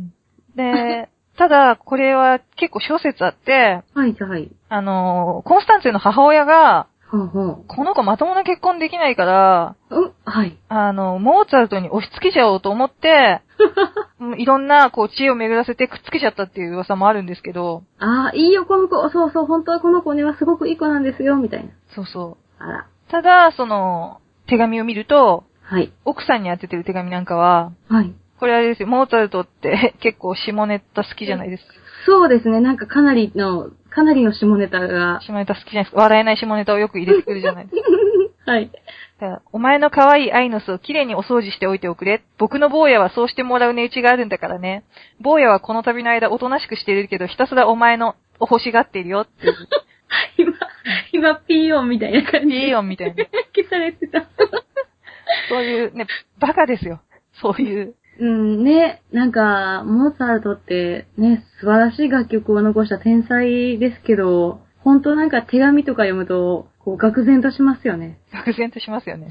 [SPEAKER 1] で、ただ、これは結構小説あって、
[SPEAKER 2] はい、はい。
[SPEAKER 1] あのーコンスタンツェの母親が、
[SPEAKER 2] ほうほ
[SPEAKER 1] この子まともな結婚できないから、
[SPEAKER 2] う。うん、はい。
[SPEAKER 1] あの、モーツァルトに押し付けちゃおうと思って、 うんいろんな、こう、知恵を巡らせてくっつけちゃったっていう噂もあるんですけど、
[SPEAKER 2] あー、いいよ、この子。そうそう、本当はこの子にはすごくいい子なんですよ、みたいな。
[SPEAKER 1] そうそ
[SPEAKER 2] あら。
[SPEAKER 1] う。ただ、その、手紙を見ると、
[SPEAKER 2] はい。
[SPEAKER 1] 奥さんに宛ててる手紙なんかは、
[SPEAKER 2] はい。
[SPEAKER 1] これあれですよ、モーツァルトって 結構下ネタ好きじゃないですか。
[SPEAKER 2] そうですね、なんかかなりの、かなりの下ネタが。
[SPEAKER 1] 下ネタ好きじゃないですか。笑えない下ネタをよく入れてくるじゃないですか。
[SPEAKER 2] はい。
[SPEAKER 1] だからお前の可愛いアイノスをきれいにお掃除しておいておくれ。僕の坊やはそうしてもらう値打ちがあるんだからね。坊やはこの旅の間おとなしくしているけど、ひたすらお前のを欲しがっているよっていう。
[SPEAKER 2] 今、今、ピーヨンみたいな感じ。
[SPEAKER 1] いいよ、みたいな。
[SPEAKER 2] 消されてた。
[SPEAKER 1] そういう、ね、バカですよ。そういう。
[SPEAKER 2] うん、ね、なんか、モーツァルトって、ね、素晴らしい楽曲を残した天才ですけど、本当なんか手紙とか読むと、こう、愕然としますよね。
[SPEAKER 1] 愕然としますよね。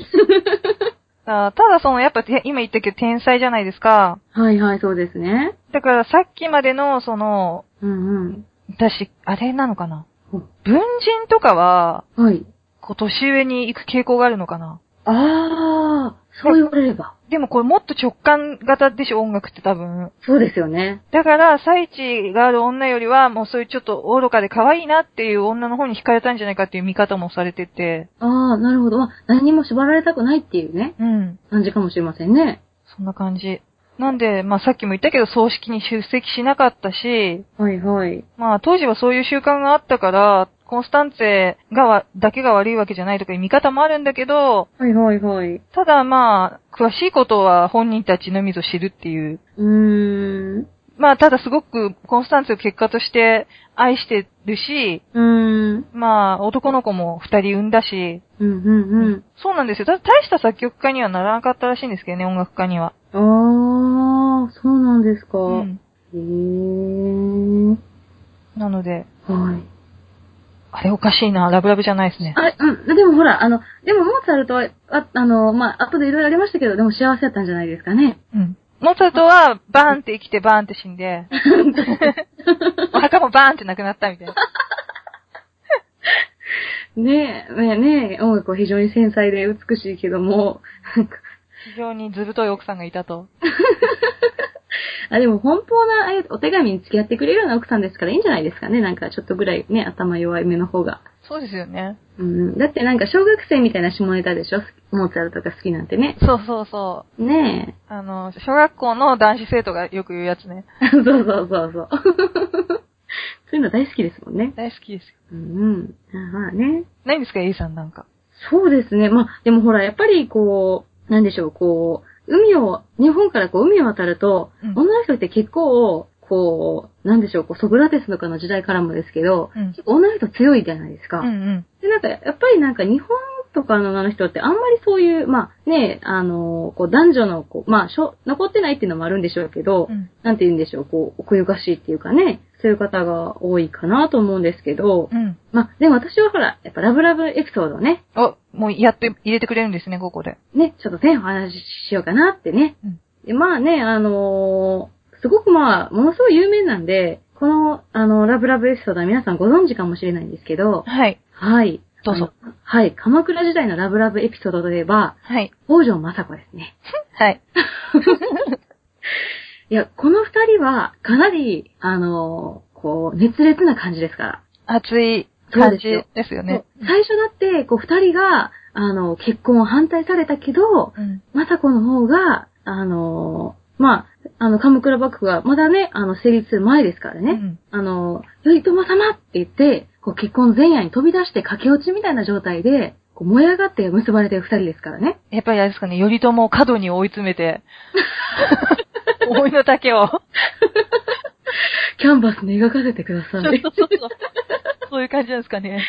[SPEAKER 1] あただその、やっぱて、今言ったけど天才じゃないですか。
[SPEAKER 2] はいはい、そうですね。
[SPEAKER 1] だからさっきまでの、その、
[SPEAKER 2] うんうん。
[SPEAKER 1] 私、あれなのかな
[SPEAKER 2] ほ
[SPEAKER 1] 文人とかは、
[SPEAKER 2] はい。
[SPEAKER 1] こう、年上に行く傾向があるのかな
[SPEAKER 2] あー、そう言われれば。
[SPEAKER 1] でもこれもっと直感型でしょ、音楽って多分。
[SPEAKER 2] そうですよね。
[SPEAKER 1] だから、最地がある女よりは、もうそういうちょっと愚かで可愛いなっていう女の方に惹かれたんじゃないかっていう見方もされてて。
[SPEAKER 2] あー、なるほど。まあ何にも縛られたくないっていうね、
[SPEAKER 1] うん。
[SPEAKER 2] 感じかもしれませんね。
[SPEAKER 1] そんな感じ。なんで、まあさっきも言ったけど、葬式に出席しなかったし、
[SPEAKER 2] はいはい。
[SPEAKER 1] まあ当時はそういう習慣があったから、コンスタンツェがわ、だけが悪いわけじゃないとかいう見方もあるんだけど、
[SPEAKER 2] はいはいはい。
[SPEAKER 1] ただまあ、詳しいことは本人たちのみぞ知るっていう。
[SPEAKER 2] うーん。
[SPEAKER 1] まあただすごくコンスタンツェを結果として愛してるし、
[SPEAKER 2] うーん。
[SPEAKER 1] まあ男の子も二人産んだし、
[SPEAKER 2] うんうん
[SPEAKER 1] そうなんですよ。ただ大した作曲家にはならなかったらしいんですけどね、音楽家には。
[SPEAKER 2] うん。あー、そうなんですか。
[SPEAKER 1] うん。
[SPEAKER 2] へー。
[SPEAKER 1] なので、
[SPEAKER 2] はい。
[SPEAKER 1] あれおかしいな、ラブラブじゃないですね。
[SPEAKER 2] あれ、うん。でもほら、あの、でもモーツァルトは、ああの、まあ、後でいろいろありましたけど、でも幸せだったんじゃないですかね。
[SPEAKER 1] うん。モーツァルトは、バーンって生きて、バーンって死ん で、お墓もバーンって亡くなったみたいな。
[SPEAKER 2] ねえ、ねえ、ねえ、音楽は非常に繊細で美しいけども、 なんか
[SPEAKER 1] 非常にずぶとい奥さんがいたと。
[SPEAKER 2] あ、でも奔放な、ああいうお手紙に付き合ってくれるような奥さんですからいいんじゃないですかね。なんかちょっとぐらいね、頭弱い目の方が。
[SPEAKER 1] そうですよね。
[SPEAKER 2] うん、だってなんか小学生みたいな下ネタでしょモーツァルトが好きなんてね。
[SPEAKER 1] そうそうそう。
[SPEAKER 2] ねえ。
[SPEAKER 1] あの、小学校の男子生徒がよく言うやつね。
[SPEAKER 2] そうそうそうそう。 そういうの大好きですもんね。
[SPEAKER 1] 大好きですよ。
[SPEAKER 2] うん、うん。まあね。
[SPEAKER 1] ないんですか、エイさんなんか。
[SPEAKER 2] そうですね。まあ、でもほら、やっぱりこう、なんでしょう、こう、海を、日本からこう海を渡ると、
[SPEAKER 1] うん
[SPEAKER 2] 女の人って結構、こう、なんでしょう、こう、ソクラテスとかの時代からもですけど、
[SPEAKER 1] うん
[SPEAKER 2] 結構女の人強いじゃないですか。
[SPEAKER 1] うんうん。
[SPEAKER 2] で、なんか、やっぱりなんか日本とかのあの人ってあんまりそういう、まあね、あの、こう男女の、こう、まあしょ、残ってないっていうのもあるんでしょうけど、
[SPEAKER 1] うん。
[SPEAKER 2] なんて言うんでしょう、こう、奥ゆかしいっていうかね、そういう方が多いかなと思うんですけど、
[SPEAKER 1] うん。
[SPEAKER 2] まあ、でも私はほら、やっぱラブラブエピソードをね、
[SPEAKER 1] あ、もうやっと入れてくれるんですね、ここで。
[SPEAKER 2] ね、ちょっとね、お話ししようかなってね。
[SPEAKER 1] うん
[SPEAKER 2] でまあね、あのーすごくまあ、ものすごい有名なんで、この、あの、ラブラブエピソードは皆さんご存知かもしれないんですけど、
[SPEAKER 1] はい。
[SPEAKER 2] はい。
[SPEAKER 1] どうぞ
[SPEAKER 2] あの。はい。鎌倉時代のラブラブエピソードといえば、
[SPEAKER 1] はい。
[SPEAKER 2] 北条政子ですね。
[SPEAKER 1] はい。
[SPEAKER 2] いや、この二人は、かなり、あのーこう、熱烈な感じですから。
[SPEAKER 1] 熱い感じ
[SPEAKER 2] そうで
[SPEAKER 1] で
[SPEAKER 2] す
[SPEAKER 1] すよね。
[SPEAKER 2] そう最初だって、こう、二人が、あの、結婚を反対されたけど、
[SPEAKER 1] うん。
[SPEAKER 2] 政子の方が、あのーまあ、あの、鎌倉幕府はまだね、あの、成立する前ですから
[SPEAKER 1] う
[SPEAKER 2] ね、
[SPEAKER 1] ん。
[SPEAKER 2] あの、頼朝様って言って、こう結婚前夜に飛び出して駆け落ちみたいな状態で、こう燃え上がって結ばれてる二人ですからね。
[SPEAKER 1] やっぱりあれですかね、頼朝を過度に追い詰め て、思いの丈を。
[SPEAKER 2] キャンバスに描かせてくださ
[SPEAKER 1] そ。
[SPEAKER 2] いう
[SPEAKER 1] そうそうそう。 そういう感じなんですかね。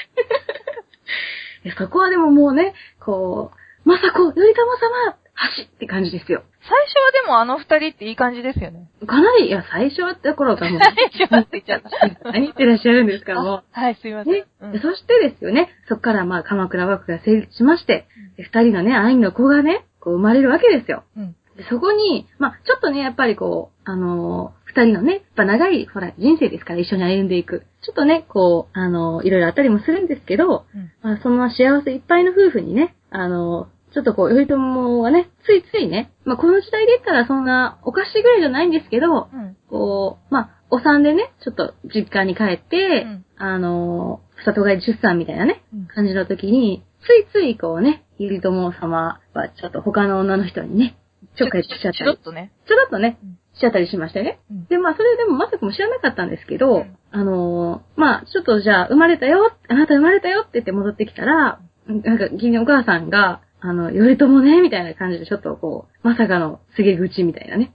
[SPEAKER 2] いやそこはでももうね、こう、まさこ、頼朝様、走って感じですよ。
[SPEAKER 1] 最初はでもあの二人っていい感じですよね。
[SPEAKER 2] かなり、いや、最初はって頃がもう、
[SPEAKER 1] 最初はって言っちゃった。
[SPEAKER 2] 何言ってらっしゃるんですから、もう。
[SPEAKER 1] はい、すいません。
[SPEAKER 2] ね
[SPEAKER 1] う
[SPEAKER 2] で
[SPEAKER 1] ん
[SPEAKER 2] そしてですよね、そこからまあ鎌倉幕府が成立しまして、で二人のね、愛の子がね、こう生まれるわけですよ。
[SPEAKER 1] うん。
[SPEAKER 2] でそこに、まあちょっとね、やっぱりこう、あのー二人のね、やっぱ長い、ほら、人生ですから一緒に歩んでいく。ちょっとね、こう、あのーいろいろあったりもするんですけど、
[SPEAKER 1] うん
[SPEAKER 2] まあその幸せいっぱいの夫婦にね、あのーちょっとこう、頼朝はね、ついついね、まあこの時代で言ったらそんなおかしいぐらいじゃないんですけど、
[SPEAKER 1] うん。
[SPEAKER 2] こう、まあ、お産でね、ちょっと実家に帰って、
[SPEAKER 1] うん
[SPEAKER 2] あのー、里帰り出産みたいなね、
[SPEAKER 1] うん
[SPEAKER 2] 感じの時に、ついついこうね、ゆりとも様はちょっと他の女の人にね、ちょっかいしちゃったり、
[SPEAKER 1] ち
[SPEAKER 2] ち
[SPEAKER 1] ょ
[SPEAKER 2] ょ
[SPEAKER 1] っとね。
[SPEAKER 2] ろっとね
[SPEAKER 1] うん、
[SPEAKER 2] しちゃったりしましたよね。
[SPEAKER 1] うん
[SPEAKER 2] で、まあ、それでもまさかも知らなかったんですけど、
[SPEAKER 1] うん
[SPEAKER 2] あのー、まあ、ちょっとじゃあ、生まれたよ、あなた生まれたよって言って戻ってきたら、なんか、義理のお母さんが、あの、頼朝ね、みたいな感じで、ちょっとこう、まさかの告げ口みたいなね。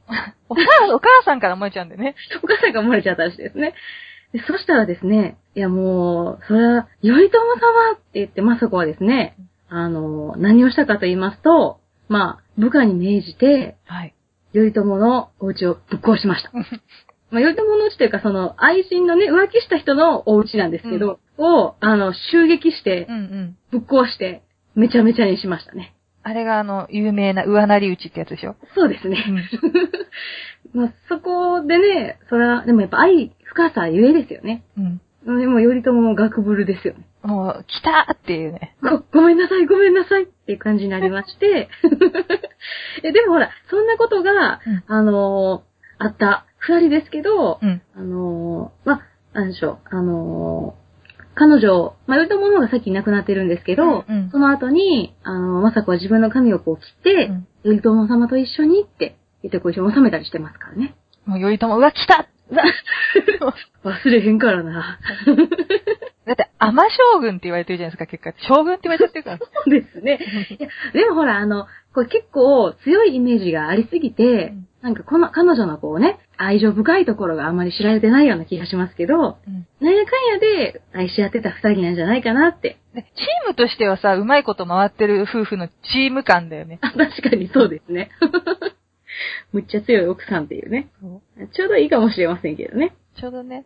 [SPEAKER 1] お母お母さんから燃えちゃうんでね。
[SPEAKER 2] お母さんが漏れちゃったらしいですね。でそしたらですね、いやもう、それは、頼朝様って言って、政子はですね、あの、何をしたかと言いますと、まあ、部下に命じて、
[SPEAKER 1] はい。
[SPEAKER 2] 頼朝のお家をぶっ壊し ました。まあ、頼朝のお家というか、その、愛人のね、浮気した人のお家なんですけど、を、あの、襲撃して
[SPEAKER 1] う、んうん。
[SPEAKER 2] ぶっ壊して、めちゃめちゃにしましたね。
[SPEAKER 1] あれがあの、有名な上なり打ちってやつでしょ。
[SPEAKER 2] そうですね。
[SPEAKER 1] うん。
[SPEAKER 2] まあ、そこでね、それは、でもやっぱ愛、深さゆえですよね。
[SPEAKER 1] うん。
[SPEAKER 2] でも、頼朝もガクブルですよね。
[SPEAKER 1] もう、来たっていうね。
[SPEAKER 2] ご、ごめんなさい、ごめんなさいっていう感じになりま して。えでもほら、そんなことが、
[SPEAKER 1] うん
[SPEAKER 2] あのーあった二人ですけど、
[SPEAKER 1] うん。
[SPEAKER 2] あのーま、なんでしょう、あのー彼女、まあ、頼朝の方が先に亡くなってるんですけど、
[SPEAKER 1] うんうん
[SPEAKER 2] その後に、あのー政子は自分の髪をこう切って、
[SPEAKER 1] うん
[SPEAKER 2] 頼朝様と一緒にって言ってこう一緒に収めたりしてますからね。
[SPEAKER 1] もう、頼朝、うわ、来たうわ
[SPEAKER 2] 忘れへんからな。
[SPEAKER 1] だって、甘将軍って言われてるじゃないですか、結果。将軍って言われちゃってるから。
[SPEAKER 2] そうですね。いや、でもほら、あの、これ結構強いイメージがありすぎて、
[SPEAKER 1] うん
[SPEAKER 2] なんかこの、彼女のこうね、愛情深いところがあんまり知られてないような気がしますけど、
[SPEAKER 1] うん
[SPEAKER 2] なんやかんやで愛し合ってた二人なんじゃないかなって。
[SPEAKER 1] でチームとしてはさ、うまいこと回ってる夫婦のチーム感だよね。
[SPEAKER 2] あ確かにそうです ね。むっちゃ強い奥さんっていうね。ちょうどいいかもしれませんけどね。
[SPEAKER 1] ちょうどね。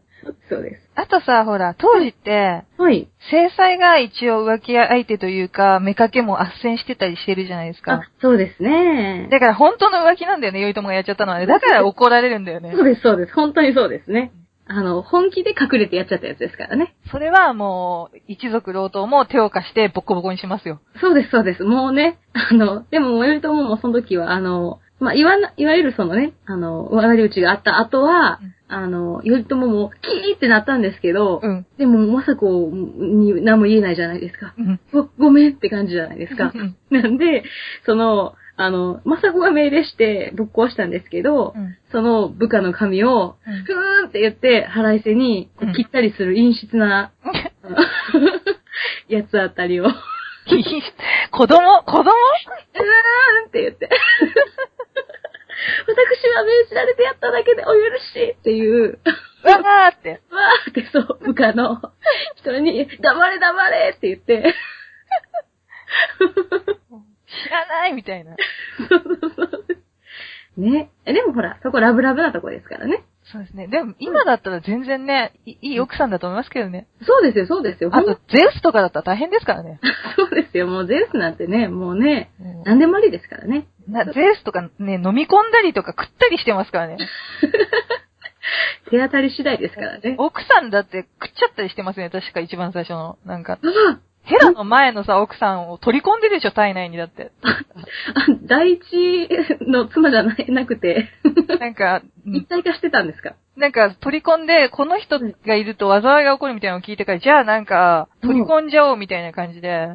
[SPEAKER 2] そうで
[SPEAKER 1] あとさ、ほら、当時って、
[SPEAKER 2] す。はい。
[SPEAKER 1] 制裁が一応浮気相手というか、目かけも斡旋してたりしてるじゃないです
[SPEAKER 2] あ
[SPEAKER 1] か。、
[SPEAKER 2] そうですね。
[SPEAKER 1] だから本当の浮気なんだよね、頼朝がやっちゃったの はね。だから怒られるんだよね
[SPEAKER 2] そ。うです、そうです。本当にそうですね。あの、本気で隠れてやっちゃったやつですからね。
[SPEAKER 1] それはもう、一族老党も手を貸してボッコボコにしますよ。
[SPEAKER 2] そうです、そうです。もうね、あの、でも、頼朝もその時は、あの、まあ、いわな、いわゆるそのね、あの、上がり討ちがあった後は、
[SPEAKER 1] うん
[SPEAKER 2] あの、頼朝もキーってなったんですけど、
[SPEAKER 1] うん。
[SPEAKER 2] でも、政子に何も言えないじゃないですか。
[SPEAKER 1] うん。
[SPEAKER 2] ご、ごめんって感じじゃないですか
[SPEAKER 1] う。ん
[SPEAKER 2] なんで、その、あの、政子が命令してぶっ壊したんですけど、
[SPEAKER 1] うん
[SPEAKER 2] その部下の髪を、
[SPEAKER 1] うん
[SPEAKER 2] ふーんって言って腹いせにこう切ったりする陰 湿な、あのやつあたりを。
[SPEAKER 1] 子供子供
[SPEAKER 2] うーんって言って。私は命じられてやっただけでお許しっていう、
[SPEAKER 1] うわーって。
[SPEAKER 2] わーってそう、部下の人に、黙れ黙れって言って、
[SPEAKER 1] 知らないみたいな。
[SPEAKER 2] ね。えでもほら、そこラブラブなとこですからね。
[SPEAKER 1] そうですね。でも、今だったら全然ね、いいい奥さんだと思いますけどね。
[SPEAKER 2] そうですよ、そうですよ。
[SPEAKER 1] あ
[SPEAKER 2] ほん
[SPEAKER 1] と、ゼウスとかだったら大変ですからね。
[SPEAKER 2] そうですよ。もうゼウスなんてね、もうね、
[SPEAKER 1] うん
[SPEAKER 2] 何でもありですからね。
[SPEAKER 1] なゼウスとかね、飲み込んだりとか食ったりしてますからね。
[SPEAKER 2] 手当たり次第ですからね。
[SPEAKER 1] 奥さんだって食っちゃったりしてますね、確か一番最初の。なんか、
[SPEAKER 2] あ
[SPEAKER 1] ヘラの前のさ、奥さんを取り込んでるでしょ、体内にだって。
[SPEAKER 2] あ、第一の妻じゃないなくて、
[SPEAKER 1] なんか、うん
[SPEAKER 2] 一体化してたんですか。
[SPEAKER 1] なんか取り込んで、この人がいると災いが起こるみたいなのを聞いてから、じゃあなんか、取り込んじゃおうみたいな感じで、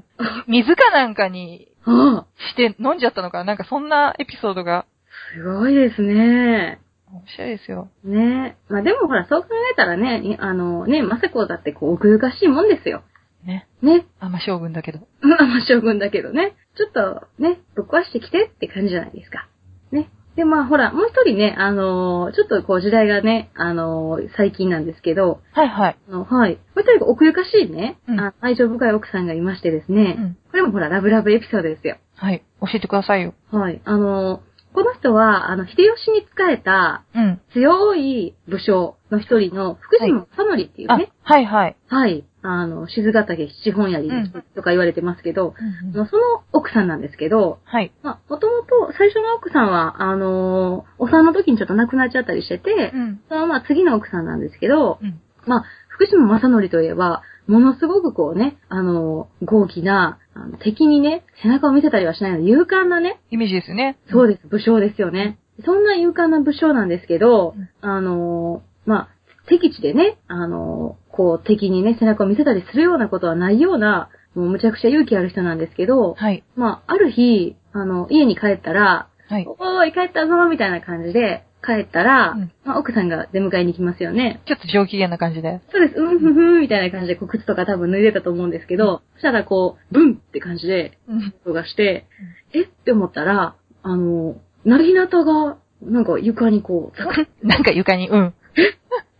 [SPEAKER 1] 水かなんかに
[SPEAKER 2] ああ、
[SPEAKER 1] して飲んじゃったのかな、なんかそんなエピソードが。
[SPEAKER 2] すごいですね。
[SPEAKER 1] 面白いですよ。
[SPEAKER 2] ねまあでもほら、そう考えたらね、いあのね、まさこだってこう、奥ゆかしいもんですよ。
[SPEAKER 1] ね。
[SPEAKER 2] ね。
[SPEAKER 1] あんま将軍だけど。
[SPEAKER 2] まあまあ将軍だけどね。ちょっとね、ぶっ壊してきてって感じじゃないですか。ね。で、まあほら、もう一人ね、あのーちょっとこう時代がね、あのー最近なんですけど、
[SPEAKER 1] はいはい。
[SPEAKER 2] あのはい。もう一人奥ゆかしいね、
[SPEAKER 1] うん
[SPEAKER 2] あ愛情深い奥さんがいましてですね、
[SPEAKER 1] うん
[SPEAKER 2] これもほら、ラブラブエピソードですよ。
[SPEAKER 1] はい。教えてくださいよ。
[SPEAKER 2] はい。あのーこの人は、あの、秀吉に仕えた
[SPEAKER 1] うん。
[SPEAKER 2] 強い武将の一人の福島さのりっていう
[SPEAKER 1] あ
[SPEAKER 2] ね、、
[SPEAKER 1] はいはい。
[SPEAKER 2] はい。あの、静ヶ岳七本槍とか言われてますけど、あのその奥さんなんですけど、
[SPEAKER 1] はい。
[SPEAKER 2] まあ、もともと最初の奥さんは、あのーお産の時にちょっと亡くなっちゃったりしてて、
[SPEAKER 1] ん。
[SPEAKER 2] そのまあ次の奥さんなんですけど、
[SPEAKER 1] うん。
[SPEAKER 2] まあ、福島正則といえば、ものすごくこうね、あのー豪気な、あの敵にね、背中を見せたりはしないの、勇敢なね、
[SPEAKER 1] イメージですよね。
[SPEAKER 2] そう
[SPEAKER 1] で
[SPEAKER 2] です、武将ですよね。そんな勇敢な武将なんですけど
[SPEAKER 1] うん、
[SPEAKER 2] あのーまあ、敵地でね、あのーこう、敵にね、背中を見せたりするようなことはないような、もうむちゃくちゃ勇気ある人なんですけど、
[SPEAKER 1] はい。
[SPEAKER 2] まあ、ある日、あの、家に帰ったら、
[SPEAKER 1] はい。
[SPEAKER 2] おーい、帰ったぞみたいな感じで、帰ったら、
[SPEAKER 1] うん
[SPEAKER 2] まあ、奥さんが出迎えに来ますよね。
[SPEAKER 1] ちょっと上機嫌な感じで。
[SPEAKER 2] そうです、うんふんふんみたいな感じで、こう靴とか多分脱いでたと思うんですけど、そしたらこう、ブンって感じで、
[SPEAKER 1] うん。
[SPEAKER 2] 音がして、えって思ったら、あの、なりなたが、なんか床にこう、ザクッっ
[SPEAKER 1] なんか床に、うん。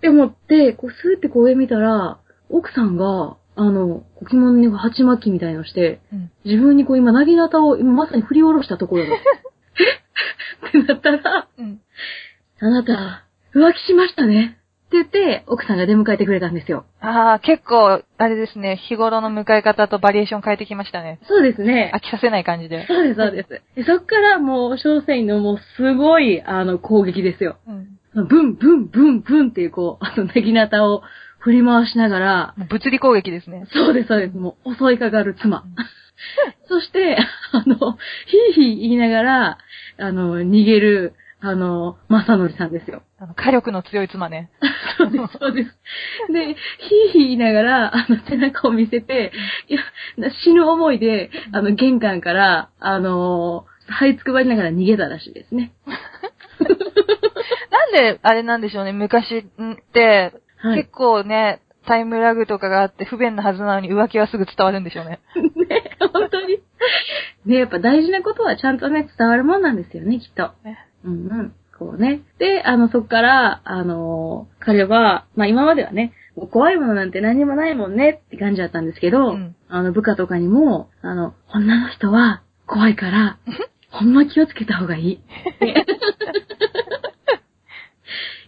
[SPEAKER 2] て思って、こうスーってこう上見たら、奥さんが、あの、こう着物にこう鉢巻きみたいのして、
[SPEAKER 1] うん
[SPEAKER 2] 自分にこう今、なぎなたを今まさに振り下ろしたとこ ろだ。えってなったら、
[SPEAKER 1] うん。
[SPEAKER 2] あなた、浮気しましたね。って言って、奥さんが出迎えてくれたんですよ。
[SPEAKER 1] ああ、結構、あれですね、日頃の迎え方とバリエーション変えてきましたね。
[SPEAKER 2] そうですね。
[SPEAKER 1] 飽きさせない感じで。
[SPEAKER 2] そうです、そうです。でそっからもう、小生のもうすごい、あの、攻撃ですよ。
[SPEAKER 1] うん。
[SPEAKER 2] ブンブンブンブンっていうこう、あ の、なぎなたを振り回しながら、
[SPEAKER 1] もう物理攻撃ですね。
[SPEAKER 2] そうです、そうです、もう襲いかかる妻
[SPEAKER 1] ん。
[SPEAKER 2] そして、あの、ひいひい言いながら、あの、逃げる、あの、まさのりさんですよ。
[SPEAKER 1] あの火力の強い妻ね。
[SPEAKER 2] そうです、そうです。で、ひいひい言いながら、あの、背中を見せて、いや、死ぬ思いで、あの、玄関から、あの、這いつくばりながら逃げたらしいですね。
[SPEAKER 1] なんで、あれなんでしょうね、昔って、
[SPEAKER 2] はい
[SPEAKER 1] 結。構ね、タイムラグとかがあって不便なはずなのに浮気はすぐ伝わるんでしょうね。
[SPEAKER 2] ね、 本当に。ね、やっぱ大事なことはちゃんとね、伝わるもんなんですよね、きっと。
[SPEAKER 1] ね
[SPEAKER 2] うんうん。こうね。で、あの、そっから、あのー彼は、まあ今まではね、もう怖いものなんて何もないもんねって感じだったんですけど、
[SPEAKER 1] うん
[SPEAKER 2] あの、部下とかにも、あの、女の人は怖いから、ほんま気をつけた方がいい。 ね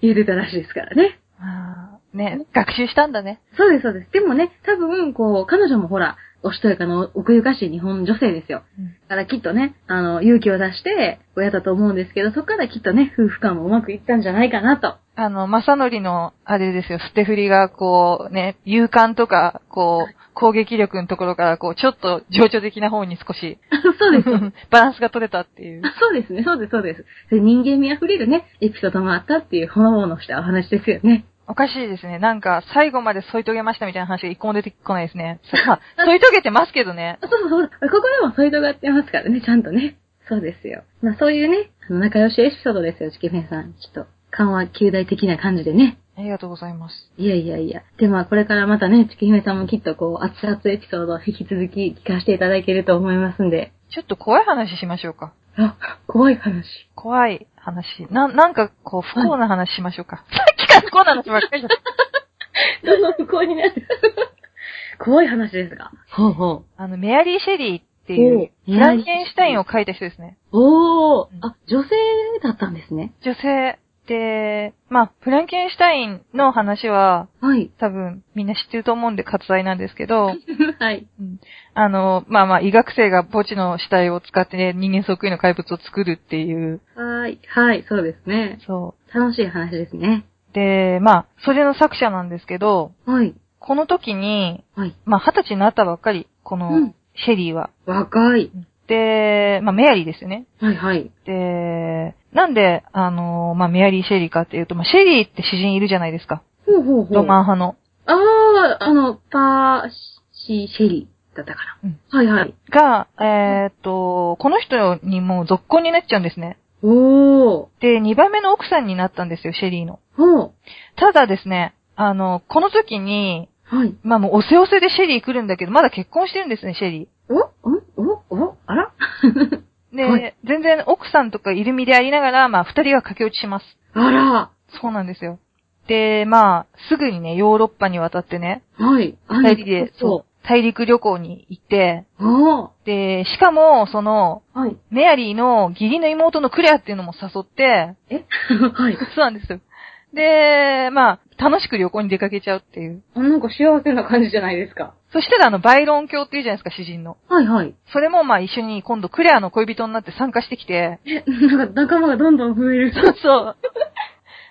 [SPEAKER 2] 言ってたらしいですからね。
[SPEAKER 1] あーね、学習したんだね。
[SPEAKER 2] そうです、そうです。でもね、多分、こう、彼女もほら、おしとやかの奥ゆかしい日本女性ですよ。だからきっとね、あの、勇気を出して、親だと思うんですけど、そこからきっとね、夫婦間もうまくいったんじゃないかなと。
[SPEAKER 1] あの、まさのりの、あれですよ、捨て振りが、こう、ね、勇敢とか、こう、攻撃力のところから、こう、ちょっと情緒的な方に少し、
[SPEAKER 2] そうです。
[SPEAKER 1] バランスが取れたっていう。
[SPEAKER 2] そうですね、そうです、そうです。で人間味あふれるね、エピソードもあったっていう、ほのぼのしたお話ですよね。
[SPEAKER 1] おかしいですね。なんか、最後まで添い遂げましたみたいな話が一個も出てこないですね。さまあ、添い遂げてますけどね。
[SPEAKER 2] そうそうそう、ここでもそういう動画やってますからね、ちゃんとね。そうですよ。まあそういうね、あの仲良しエピソードですよ、チキペンさん。ちょっと、緩和球大的な感じでね。
[SPEAKER 1] ありがとうございます。
[SPEAKER 2] いやいやいや。で、まあ、これからまたね、月姫さんもきっとこう、熱々エピソードを引き続き聞かせていただけると思いますんで。
[SPEAKER 1] ちょっと怖い話しましょうか。
[SPEAKER 2] あ、怖い 話。
[SPEAKER 1] 怖い話。な、なんか、こう、不幸な話しましょうか。 さっきから不幸な話ばっかり だ。
[SPEAKER 2] どんどん不幸になって。怖い話ですかほうほ
[SPEAKER 1] あの、メアリー・シェリーっっていう、
[SPEAKER 2] お
[SPEAKER 1] フランケンシュタインを書いた人ですね。
[SPEAKER 2] おー
[SPEAKER 1] うん
[SPEAKER 2] あ、女性だったんですね。
[SPEAKER 1] 女性で、まあ、フランケンシュタインの話は、
[SPEAKER 2] はい。
[SPEAKER 1] 多分みんな知ってると思うんで割愛なんですけど、
[SPEAKER 2] はい。
[SPEAKER 1] あの、まあまあ、医学生が墓地の死体を使って、ね、人間そっくりの怪物を作るっていう、
[SPEAKER 2] はい。はい、そうですね。
[SPEAKER 1] そ
[SPEAKER 2] 楽しい話ですね。
[SPEAKER 1] う。で、まあ、それの作者なんですけど、
[SPEAKER 2] はい。
[SPEAKER 1] この時に、
[SPEAKER 2] はい。
[SPEAKER 1] まあ、二十歳になったばっかり、こ
[SPEAKER 2] う
[SPEAKER 1] の
[SPEAKER 2] ん、
[SPEAKER 1] シェリーは。
[SPEAKER 2] 若い。
[SPEAKER 1] で、まあ、メアリーですよね。
[SPEAKER 2] はい、はい。
[SPEAKER 1] で、なんで、あの、まあ、メアリー・シェリーかっていうと、まあ、シェリーって詩人いるじゃないですか。
[SPEAKER 2] ほうほうほう。
[SPEAKER 1] ロマン派の。
[SPEAKER 2] ああ、あの、パーシー、シェリーだったかな。
[SPEAKER 1] うん
[SPEAKER 2] はいはい。
[SPEAKER 1] が、えーっと、この人にもう続婚になっちゃうんですね。
[SPEAKER 2] おー。
[SPEAKER 1] で、2番目の奥さんになったんですよ、シェリーの。
[SPEAKER 2] ほう。
[SPEAKER 1] ただですね、あの、この時に、
[SPEAKER 2] はい。
[SPEAKER 1] まあもうおせおせでシェリー来るんだけど、まだ結婚してるんですね、シェリ
[SPEAKER 2] おんおおあら
[SPEAKER 1] ー。で、
[SPEAKER 2] はい
[SPEAKER 1] 全然奥さんとかいる身でありながら、まあ二人は駆け落ちします。
[SPEAKER 2] あら。
[SPEAKER 1] そうなんですよ。で、まあ、すぐにね、ヨーロッパに渡ってね、
[SPEAKER 2] はい。あ
[SPEAKER 1] 二人で、
[SPEAKER 2] そ
[SPEAKER 1] そう、大陸旅行に行って、
[SPEAKER 2] う。あ
[SPEAKER 1] で、しかも、その、
[SPEAKER 2] あ。はい。
[SPEAKER 1] メアリーの義理の妹のクレアっていうのも誘って、
[SPEAKER 2] えはい。
[SPEAKER 1] そうなんですよ。で、まあ、楽しく旅行に出かけちゃうっていう。
[SPEAKER 2] あなんか幸せな感じじゃないですか。
[SPEAKER 1] そしたら、あの、バイロン教っていうじゃないですか、詩人の。
[SPEAKER 2] はいはい。
[SPEAKER 1] それもまあ一緒に今度クレアの恋人になって参加してきて、
[SPEAKER 2] え、なんか仲間がどんどん増える。
[SPEAKER 1] そうそう。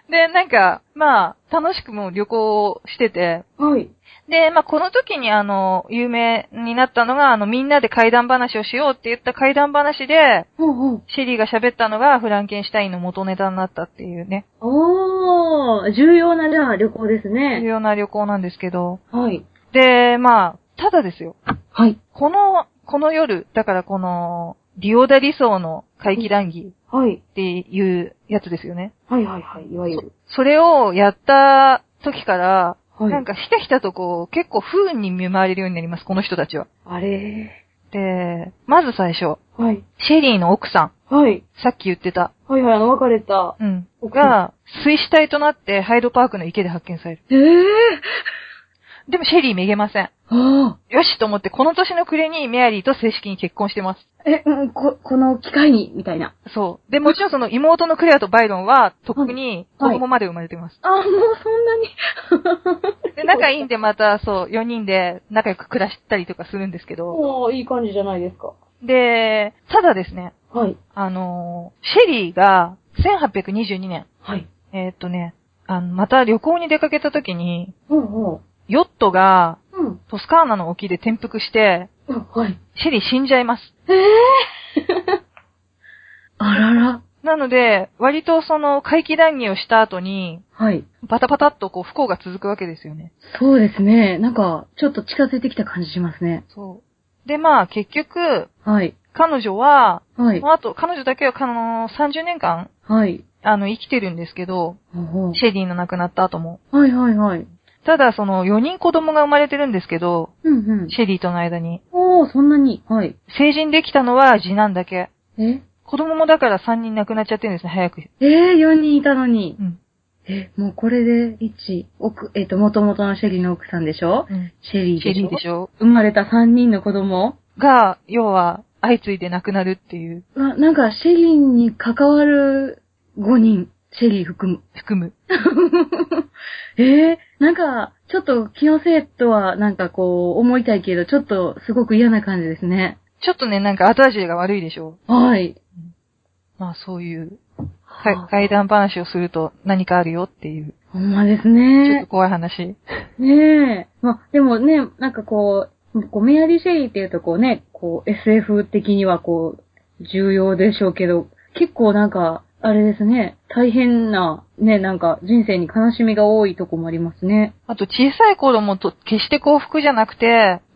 [SPEAKER 1] で、なんか、まあ、楽しくもう旅行をしてて、
[SPEAKER 2] はい。
[SPEAKER 1] で、まあ、この時にあの、有名になったのが、あの、みんなで怪談話をしようって言った怪談話で、
[SPEAKER 2] ほうほう。
[SPEAKER 1] シェリーが喋ったのがフランケンシュタインの元ネタになったっていうね、
[SPEAKER 2] おー、重要なじゃあ旅行です
[SPEAKER 1] 重
[SPEAKER 2] ね。
[SPEAKER 1] 要な旅行なんですけど。
[SPEAKER 2] はい。
[SPEAKER 1] で、まあ、ただですよ。
[SPEAKER 2] はい。
[SPEAKER 1] この、この夜、だからこの、リオダ理想の怪奇談義
[SPEAKER 2] はい。
[SPEAKER 1] っていうやつですよね。
[SPEAKER 2] はいはいはい。いわゆる。
[SPEAKER 1] それをやった時から、
[SPEAKER 2] はい。
[SPEAKER 1] なんかひたひたとこう、結構不運に見舞われるようになります、この人たちは。
[SPEAKER 2] あれ
[SPEAKER 1] で、まず最初、
[SPEAKER 2] ー。はい。
[SPEAKER 1] シェリーの奥さん、
[SPEAKER 2] はい。
[SPEAKER 1] さっき言ってた、
[SPEAKER 2] はいはい、あの、別れた。
[SPEAKER 1] うん、
[SPEAKER 2] 奥さん
[SPEAKER 1] が、水死体となってハイドパークの池で発見される。
[SPEAKER 2] ええー。
[SPEAKER 1] でもシェリーめげません。
[SPEAKER 2] あ
[SPEAKER 1] よしと思って、この年の暮れにメアリーと正式に結婚してます。
[SPEAKER 2] あ。え、うん、こ、この機会に、みたいな。
[SPEAKER 1] そう。で、もちろんその妹のクレアとバイロンは、とっくに子供まで生まれてます。
[SPEAKER 2] ああ、もうそんなに。
[SPEAKER 1] で、仲いいんでまた、そう、4人で仲良く暮らしたりとかするんですけど。
[SPEAKER 2] おー、いい感じじゃないですか。
[SPEAKER 1] で、ただですね、
[SPEAKER 2] はい。
[SPEAKER 1] あのー、シェリーが、1822年、
[SPEAKER 2] はい。
[SPEAKER 1] えーっとね、あの、また旅行に出かけた時に、
[SPEAKER 2] うん、うん。
[SPEAKER 1] ヨットが、
[SPEAKER 2] うん。
[SPEAKER 1] トスカーナの沖で転覆して、
[SPEAKER 2] うん、はい。
[SPEAKER 1] シェリー死んじゃいます。
[SPEAKER 2] ええー。あらら。
[SPEAKER 1] なので、割とその、怪奇談義をした後に、
[SPEAKER 2] はい。
[SPEAKER 1] バタバタっとこう、不幸が続くわけですよね。
[SPEAKER 2] そうですね。なんか、ちょっと近づいてきた感じしますね。
[SPEAKER 1] そう。で、まあ、結局、
[SPEAKER 2] はい。彼
[SPEAKER 1] 彼女は、
[SPEAKER 2] はい。
[SPEAKER 1] まあ、あと、彼女だけは、あのー、30年間、
[SPEAKER 2] はい。
[SPEAKER 1] あの、生きてるんですけど、
[SPEAKER 2] ほうほう
[SPEAKER 1] シェリーの亡くなった後も。
[SPEAKER 2] はいはいはい。
[SPEAKER 1] ただ、その、4人子供が生まれてるんですけど、
[SPEAKER 2] うんうん。
[SPEAKER 1] シェリーとの間に。
[SPEAKER 2] おー、そんなに。はい。
[SPEAKER 1] 成人できたのは次男だけ。
[SPEAKER 2] え
[SPEAKER 1] 子供もだから3人亡くなっちゃってるんですね、早く。
[SPEAKER 2] えー、4人いたのに。
[SPEAKER 1] うん。
[SPEAKER 2] え、もうこれで、1、奥、えっ、と、元々のシェリーの奥さんでしょ
[SPEAKER 1] うん。
[SPEAKER 2] シェリー
[SPEAKER 1] シェ
[SPEAKER 2] でし
[SPEAKER 1] リ
[SPEAKER 2] ょ
[SPEAKER 1] ーでしょ
[SPEAKER 2] 生まれた3人の子供
[SPEAKER 1] が、要は、相次いで亡くなるっていう、
[SPEAKER 2] うわ、なんか、シェリーに関わる5人、シェリー含む。
[SPEAKER 1] 含む。
[SPEAKER 2] えー、なんか、ちょっと気のせいとは、なんかこう、思いたいけど、ちょっとすごく嫌な感じですね。
[SPEAKER 1] ちょっとね、なんか後味が悪いでしょ
[SPEAKER 2] はい。
[SPEAKER 1] まあ、そういう、
[SPEAKER 2] は
[SPEAKER 1] か
[SPEAKER 2] あ
[SPEAKER 1] 怪談話をすると何かあるよっていう、
[SPEAKER 2] ほんまです
[SPEAKER 1] ちょっ
[SPEAKER 2] ね
[SPEAKER 1] と。怖い話。
[SPEAKER 2] ねえ。まあ、でもね、なんかこう、こうメアリー・シェリーっていうとこうね、こう SF 的にはこう、重要でしょうけど、結構なんか、あれですね、大変な、ね、なんか人生に悲しみが多いとこもありますね。
[SPEAKER 1] あと、小さい頃もと、決して幸福じゃなくて、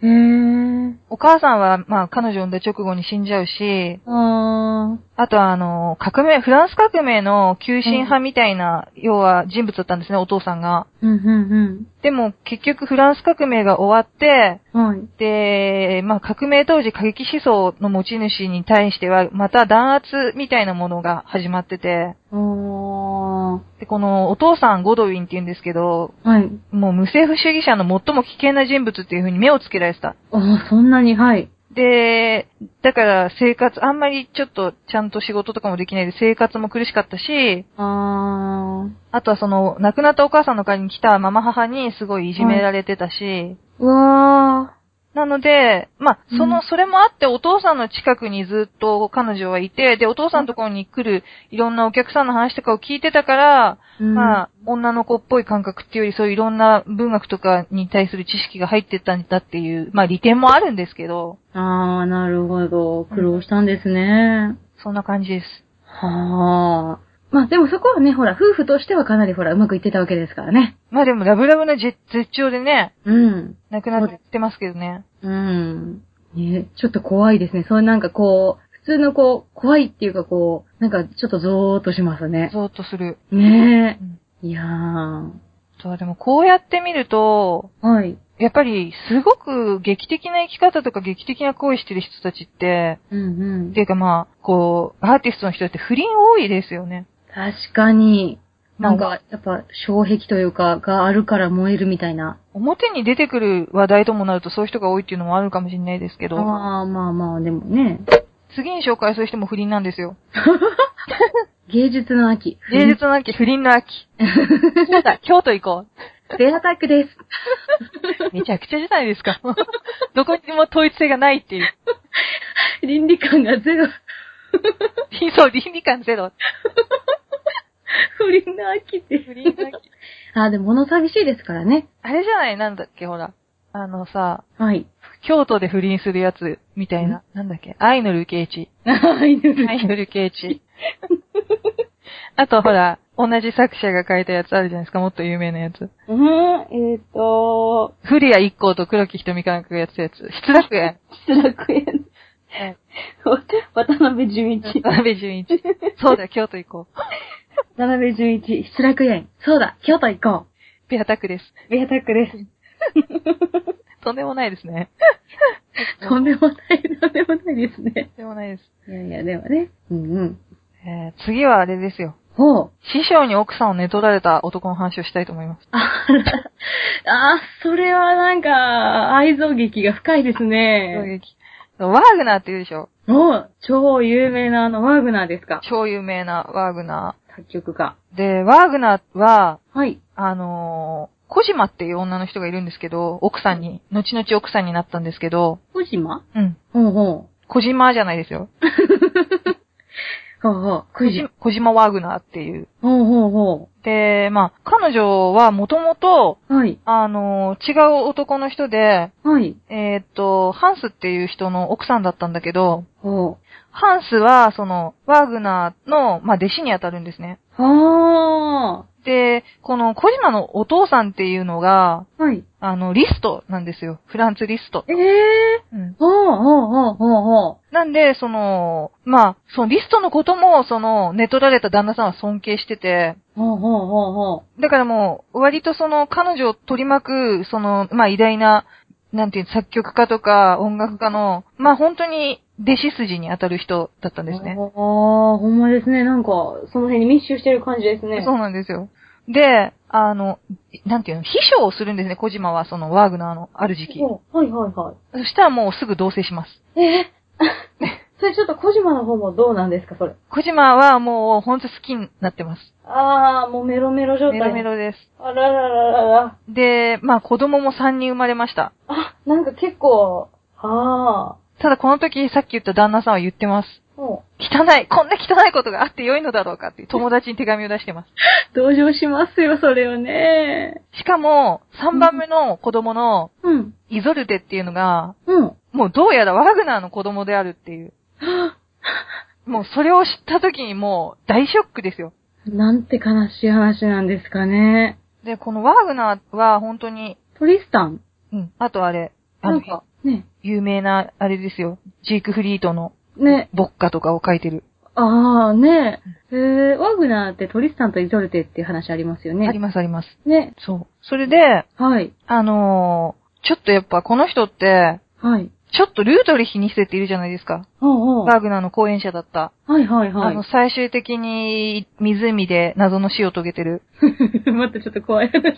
[SPEAKER 2] へえ。
[SPEAKER 1] お母さんは、まあ、彼女を産んだ直後に死んじゃうし、
[SPEAKER 2] あ
[SPEAKER 1] あとは、あの、革命、フランス革命の急進派みたいな、要は人物だったんですね、お父さんが。
[SPEAKER 2] ー、うんうん
[SPEAKER 1] でも、結局、フランス革命が終わって、
[SPEAKER 2] うん。はい。
[SPEAKER 1] で、まあ、革命当時過激思想の持ち主に対しては、また弾圧みたいなものが始まってて、
[SPEAKER 2] あー、
[SPEAKER 1] で、このお父さんゴドウィンって言うんですけど、
[SPEAKER 2] はい。
[SPEAKER 1] もう無政府主義者の最も危険な人物っていうふうに目をつけられてた。
[SPEAKER 2] あーそんなに、はい。
[SPEAKER 1] で、だから生活、あんまりちょっとちゃんと仕事とかもできないで生活も苦しかったし、
[SPEAKER 2] あー。
[SPEAKER 1] あとはその、亡くなったお母さんの会に来たママ母にすごいいじめられてたし、
[SPEAKER 2] うわ
[SPEAKER 1] なので、まあ、その、
[SPEAKER 2] うん
[SPEAKER 1] それもあってお父さんの近くにずっと彼女はいて、で、お父さんのところに来るいろんなお客さんの話とかを聞いてたから、
[SPEAKER 2] ー。うん
[SPEAKER 1] まあ、女の子っぽい感覚っていうより、そういういろんな文学とかに対する知識が入ってったんだっていう、まあ、利点もあるんですけど、
[SPEAKER 2] あー、なるほど。苦労したんですね。
[SPEAKER 1] そんな感じです。
[SPEAKER 2] はー。まあでもそこはね、ほら、夫婦としてはかなりほら、うまくいってたわけですからね。
[SPEAKER 1] まあでも、ラブラブな絶絶頂でね、
[SPEAKER 2] うん。
[SPEAKER 1] 亡くなってますけどね。
[SPEAKER 2] うん。ね、ちょっと怖いですね。そうなんかこう、普通のこう、怖いっていうかこう、なんかちょっとゾーっとしますね。
[SPEAKER 1] ゾーっとする。
[SPEAKER 2] ね
[SPEAKER 1] うん
[SPEAKER 2] え。いやー。
[SPEAKER 1] そう、でもこうやってみると、
[SPEAKER 2] はい。
[SPEAKER 1] やっぱり、すごく劇的な生き方とか劇的な行為してる人たちって、
[SPEAKER 2] うんうん
[SPEAKER 1] って。いうかまあ、こう、アーティストの人って不倫多いですよね。
[SPEAKER 2] 確かに、なん
[SPEAKER 1] ま
[SPEAKER 2] か、やっぱ、障壁というか、があるから燃えるみたいな。
[SPEAKER 1] 表に出てくる話題ともなるとそういう人が多いっていうのもあるかもしれないですけど、
[SPEAKER 2] ああ、まあまあ、でもね。
[SPEAKER 1] 次に紹介する人も不倫なんですよ。
[SPEAKER 2] 芸術の秋。
[SPEAKER 1] 芸術の秋、不倫の 秋。そうだ、京都行こ
[SPEAKER 2] ベアタックです。
[SPEAKER 1] う。めちゃくちゃじゃないです か。どこにも統一性がないっていう。
[SPEAKER 2] 倫理観がゼロ。
[SPEAKER 1] そう、倫理観ゼロ。
[SPEAKER 2] 不倫の秋って。
[SPEAKER 1] 不倫の秋。
[SPEAKER 2] ああ、でも物寂しいですからね。
[SPEAKER 1] あれじゃないなんだっけ、ほら。あのさ、
[SPEAKER 2] はい。
[SPEAKER 1] 京都で不倫するやつ、みたいな。なんだっけ愛のルケイチ。
[SPEAKER 2] はい。
[SPEAKER 1] はい、フルケイチ。あと、ほら、同じ作者が書いたやつあるじゃないですか、もっと有名なやつ。
[SPEAKER 2] うん、えっ、と、
[SPEAKER 1] フリア一行と黒木瞳監督がやってたやつ。失楽園。
[SPEAKER 2] 失楽園。渡辺純一。
[SPEAKER 1] 渡辺淳一。そうだ、京都行こう。
[SPEAKER 2] 渡辺純一、失楽園。そうだ、京都行こ
[SPEAKER 1] ペアタックです。
[SPEAKER 2] う。ベアタックです。
[SPEAKER 1] とんでもないですね。
[SPEAKER 2] とんでもない、とんでもないですね。
[SPEAKER 1] とんでもないです。
[SPEAKER 2] いやいや、でもね。うんうん。
[SPEAKER 1] えー、次はあれですよ。
[SPEAKER 2] ほう。
[SPEAKER 1] 師匠に奥さんを寝取られた男の話をしたいと思います。
[SPEAKER 2] あら、あー、それはなんか、愛憎劇が深いです
[SPEAKER 1] 衝
[SPEAKER 2] ね。
[SPEAKER 1] 撃。ワーグナーって言うでしょ
[SPEAKER 2] もう、超有名なあの、ワーグナーですか
[SPEAKER 1] 超有名なワーグナ
[SPEAKER 2] 作曲家。
[SPEAKER 1] ー。で、ワーグナーは、
[SPEAKER 2] はい。
[SPEAKER 1] あのー、小島っていう女の人がいるんですけど、奥さんに、後々奥さんになったんですけど、
[SPEAKER 2] 小島
[SPEAKER 1] うん。
[SPEAKER 2] ほうほ
[SPEAKER 1] 小島じゃないですよ。
[SPEAKER 2] う。ほうほう。
[SPEAKER 1] 小
[SPEAKER 2] 小島
[SPEAKER 1] 島。小島ワーグナーっていう。
[SPEAKER 2] ほうほうほ
[SPEAKER 1] で、まあ、彼女はもともと、
[SPEAKER 2] う。はい。
[SPEAKER 1] あのー違う男の人で、
[SPEAKER 2] はい。
[SPEAKER 1] えーっと、ハンスっていう人の奥さんだったんだけど、
[SPEAKER 2] ほ
[SPEAKER 1] ハンスは、その、ワーグナーの、まあ、弟子にあたるんですね。
[SPEAKER 2] う。は
[SPEAKER 1] で、この小島のお父さんっていうのが、
[SPEAKER 2] ー。はい。
[SPEAKER 1] あの、リストなんですよ。フランツ・リスト。
[SPEAKER 2] ええ
[SPEAKER 1] うん。
[SPEAKER 2] ー。ほうほうほうほうほ
[SPEAKER 1] なんで、その、まあ、そのリストのことも、その、寝取られた旦那さんは尊敬してて、
[SPEAKER 2] う。ほうほうほうほ
[SPEAKER 1] だからもう、割とその、彼女を取り巻く、その、まあ、偉大な、なんていう、作曲家とか音楽家の、まあ、本当に、弟子筋に当たる人だったん
[SPEAKER 2] う。
[SPEAKER 1] ですね。
[SPEAKER 2] ああ、ほんまですね。なんか、その辺に密集してる感じですね。
[SPEAKER 1] そうなんですよ。で、あの、なんていうの、秘書をするんですね、小島は、その、ワーグナーのある時期。
[SPEAKER 2] ほうはいはいはい。
[SPEAKER 1] そしたらもうすぐ同棲します。
[SPEAKER 2] え それちょっと小島の方もどうなんですか、それ。
[SPEAKER 1] 小島はもう、本当好きになってます。
[SPEAKER 2] あー、もうメロメロ状
[SPEAKER 1] メ
[SPEAKER 2] 態。
[SPEAKER 1] ロメロです。
[SPEAKER 2] あららららら。
[SPEAKER 1] で、まあ子供も3人生まれました。
[SPEAKER 2] あ、なんか結構、あ
[SPEAKER 1] ただこの時さっき言った旦那さんは言ってます。
[SPEAKER 2] ー。も
[SPEAKER 1] 汚い、こんな汚いことがあって良いのだろうかっていう友達に手紙を出してま
[SPEAKER 2] う、同情しますよ、それをね。
[SPEAKER 1] す。しかも、3番目の子供の
[SPEAKER 2] うん。
[SPEAKER 1] イゾルテっていうのが、
[SPEAKER 2] うん。
[SPEAKER 1] もうどうやらワグナーの子供であるって いう。もうそれを知った時にもう大ショックですよ。
[SPEAKER 2] なんて悲しい話なんですかね。
[SPEAKER 1] で、このワグナーは本当に、
[SPEAKER 2] トリスタン
[SPEAKER 1] うん、あとあれ、あ
[SPEAKER 2] な
[SPEAKER 1] の
[SPEAKER 2] ん、か、ね。
[SPEAKER 1] 有名なあれですよ。ジークフリートの
[SPEAKER 2] ね。
[SPEAKER 1] ボッカとかを書いてる。
[SPEAKER 2] あー、ね。えー、ワグナーってトリスタンとイゾルテっていう話ありますよね。
[SPEAKER 1] ありますあります。
[SPEAKER 2] ね。
[SPEAKER 1] そう。それで、
[SPEAKER 2] はい。
[SPEAKER 1] あのーちょっとやっぱこの人って、
[SPEAKER 2] はい。
[SPEAKER 1] ちょっとルートリヒ2世っているじゃないですか。
[SPEAKER 2] ほうほう。
[SPEAKER 1] ワーグナーの講演者だった。
[SPEAKER 2] はいはいは
[SPEAKER 1] あ
[SPEAKER 2] い
[SPEAKER 1] の、。最終的に湖で謎の死を遂げてる。
[SPEAKER 2] またちょっと怖い話。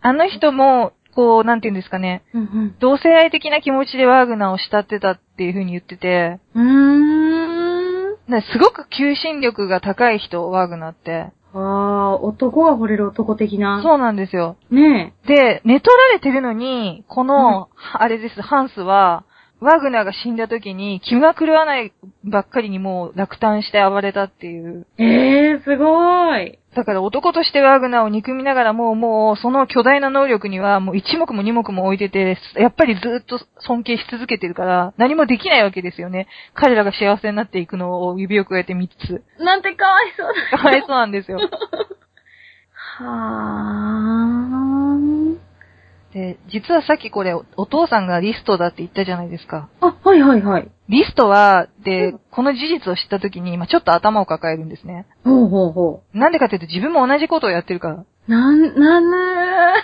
[SPEAKER 1] あの人も、こう、なんて言うんですかね、
[SPEAKER 2] うん
[SPEAKER 1] 同性愛的な気持ちでワーグナーを慕ってたっていう風に言ってて、
[SPEAKER 2] うん。うーん。
[SPEAKER 1] ねすごく求心力が高い人、ワーグナーって。
[SPEAKER 2] ああ、男が惚れる男的な。
[SPEAKER 1] そうなんですよ。
[SPEAKER 2] う。ね
[SPEAKER 1] で、寝取られてるのに、この、あれです、ハンスは、ワーグナーが死んだ時に気が狂わないばっかりにもう落胆して暴れたっていう。
[SPEAKER 2] え。ええー、すごい。
[SPEAKER 1] だから男としてワーグナーを憎みながらもうもうその巨大な能力にはもう一目も二目も置いてて、やっぱりずっと尊敬し続けてるから何もできないわけですよね。彼らが幸せになっていくのを指を加えて3つ。
[SPEAKER 2] なんてかわいそうだ。
[SPEAKER 1] かわいそうなんですよ。
[SPEAKER 2] は
[SPEAKER 1] で、実はさっきこれおお父さんがリストだって言ったじゃないですか。
[SPEAKER 2] あ。あ、はいはいはい。
[SPEAKER 1] リストは、
[SPEAKER 2] う
[SPEAKER 1] で、この事実を知った時に、まあちょっと頭を抱えるんですね。
[SPEAKER 2] ほうほうほ
[SPEAKER 1] なんでかっていうと自分も同じことをやってるから。
[SPEAKER 2] う。なん、なんね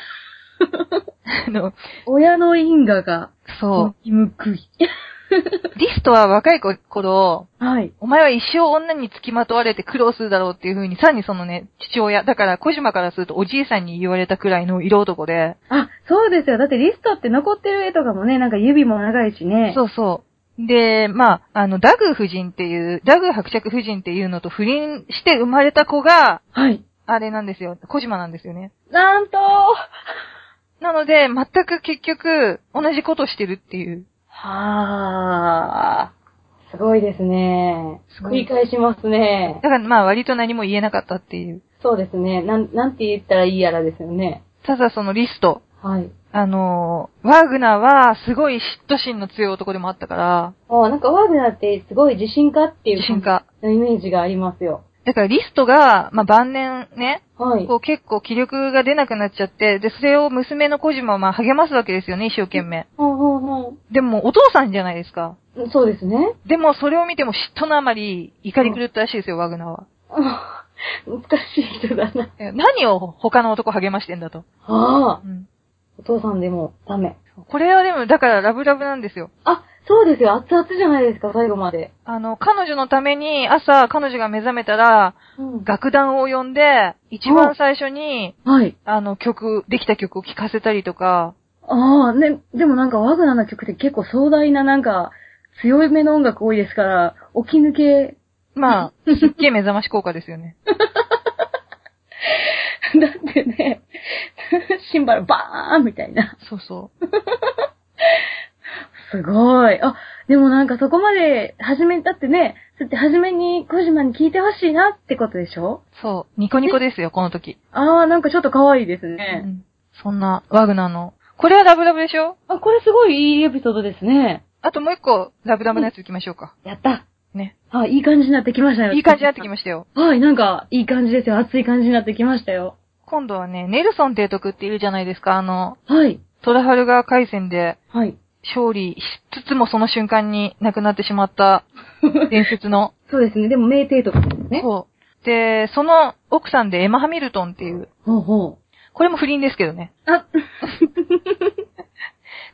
[SPEAKER 1] あの、
[SPEAKER 2] 親の因果が、
[SPEAKER 1] そう。
[SPEAKER 2] むくい。
[SPEAKER 1] リストは若い頃、
[SPEAKER 2] はい。
[SPEAKER 1] お前は一生女につきまとわれて苦労するだろうっていう風に、さらにそのね、父親、だから小島からするとおじいさんに言われたくらいの色男で、
[SPEAKER 2] あ、そうですよ。だってリストって残ってる絵とかもね、なんか指も長いしね。
[SPEAKER 1] そうそう。で、まあ、あの、ダグー夫人っていう、ダグー伯爵夫人っていうのと不倫して生まれた子が、
[SPEAKER 2] はい。
[SPEAKER 1] あれなんですよ、小島なんですよね。
[SPEAKER 2] なんと
[SPEAKER 1] なので、全く結局、同じことしてるっていう。
[SPEAKER 2] はあ。すごいですね。
[SPEAKER 1] すご
[SPEAKER 2] 繰
[SPEAKER 1] い
[SPEAKER 2] り返しますね
[SPEAKER 1] だ。からまあ割と何も言えなかったっていう。
[SPEAKER 2] そうですね。なん、なんて言ったらいいやらですよね。
[SPEAKER 1] ただそのリスト。
[SPEAKER 2] はい。
[SPEAKER 1] あの、ワーグナーはすごい嫉妬心の強い男でもあったから、
[SPEAKER 2] あなんかワーグナーってすごい自信家っていう
[SPEAKER 1] 自信家。
[SPEAKER 2] のイメージがありますよ。
[SPEAKER 1] だからリストが、まあ、晩年ね、
[SPEAKER 2] はい。
[SPEAKER 1] こう結構気力が出なくなっちゃって、で、それを娘の小島はまあ励ますわけですよね、一生懸命。
[SPEAKER 2] ほうほうほ
[SPEAKER 1] でも、お父さんじゃないですか。
[SPEAKER 2] う。そうですね。
[SPEAKER 1] でも、それを見ても嫉妬のあまり怒り狂ったらしいですよ、ワグナーは。
[SPEAKER 2] あ 難しい人だな。
[SPEAKER 1] え何を他の男励ましてんだと。
[SPEAKER 2] ああ。
[SPEAKER 1] うん。
[SPEAKER 2] お父さんでもダメ。
[SPEAKER 1] これはでも、だからラブラブなんですよ。
[SPEAKER 2] あ、そうですよ。熱々じゃないですか、最後まで。
[SPEAKER 1] あの、彼女のために朝、彼女が目覚めたら、
[SPEAKER 2] うん
[SPEAKER 1] 楽団を呼んで、一番最初に、
[SPEAKER 2] はい。
[SPEAKER 1] あの、曲、できた曲を聴かせたりとか、
[SPEAKER 2] ああ、ね、でもなんかワグナーの曲って結構壮大ななんか、強めの音楽多いですから、起き抜け、
[SPEAKER 1] まあ、すっげえ目覚まし効果ですよね。
[SPEAKER 2] だってね、 シンバルバーンみたいな。
[SPEAKER 1] そうそ
[SPEAKER 2] すごい。あ、でもなんかそこまで、初め、だってね、だって初めに小島に聞いてほしいなってことでしょ
[SPEAKER 1] う。そう。ニコニコですよ、この時。
[SPEAKER 2] ああ、なんかちょっと可愛いです
[SPEAKER 1] う
[SPEAKER 2] ね。
[SPEAKER 1] ん。そんな、ワグナーの。これはラブラブでしょ
[SPEAKER 2] あ、これすごいいいエピソードですね。
[SPEAKER 1] あともう一個、ラブラブのやつ行きましょうか。
[SPEAKER 2] やった。
[SPEAKER 1] ね。
[SPEAKER 2] あ、いい感じになってきましたよ。
[SPEAKER 1] いい感じになってき
[SPEAKER 2] ま
[SPEAKER 1] ましたよ。
[SPEAKER 2] した。はい、なんか、いい感じですよ。熱い感じになってきましたよ。
[SPEAKER 1] 今度はね、ネルソン提督っているじゃないですか、あの、
[SPEAKER 2] はい。
[SPEAKER 1] トラハルガー海戦で
[SPEAKER 2] はい。
[SPEAKER 1] 勝利しつつもその瞬間に亡くなってしま った伝説の。
[SPEAKER 2] そうですね。でも、名帝とかですね。
[SPEAKER 1] そう。で、その奥さんでエマ・ハミルトンっていう、
[SPEAKER 2] ほうほ
[SPEAKER 1] これも不倫ですけどね。
[SPEAKER 2] う。あ、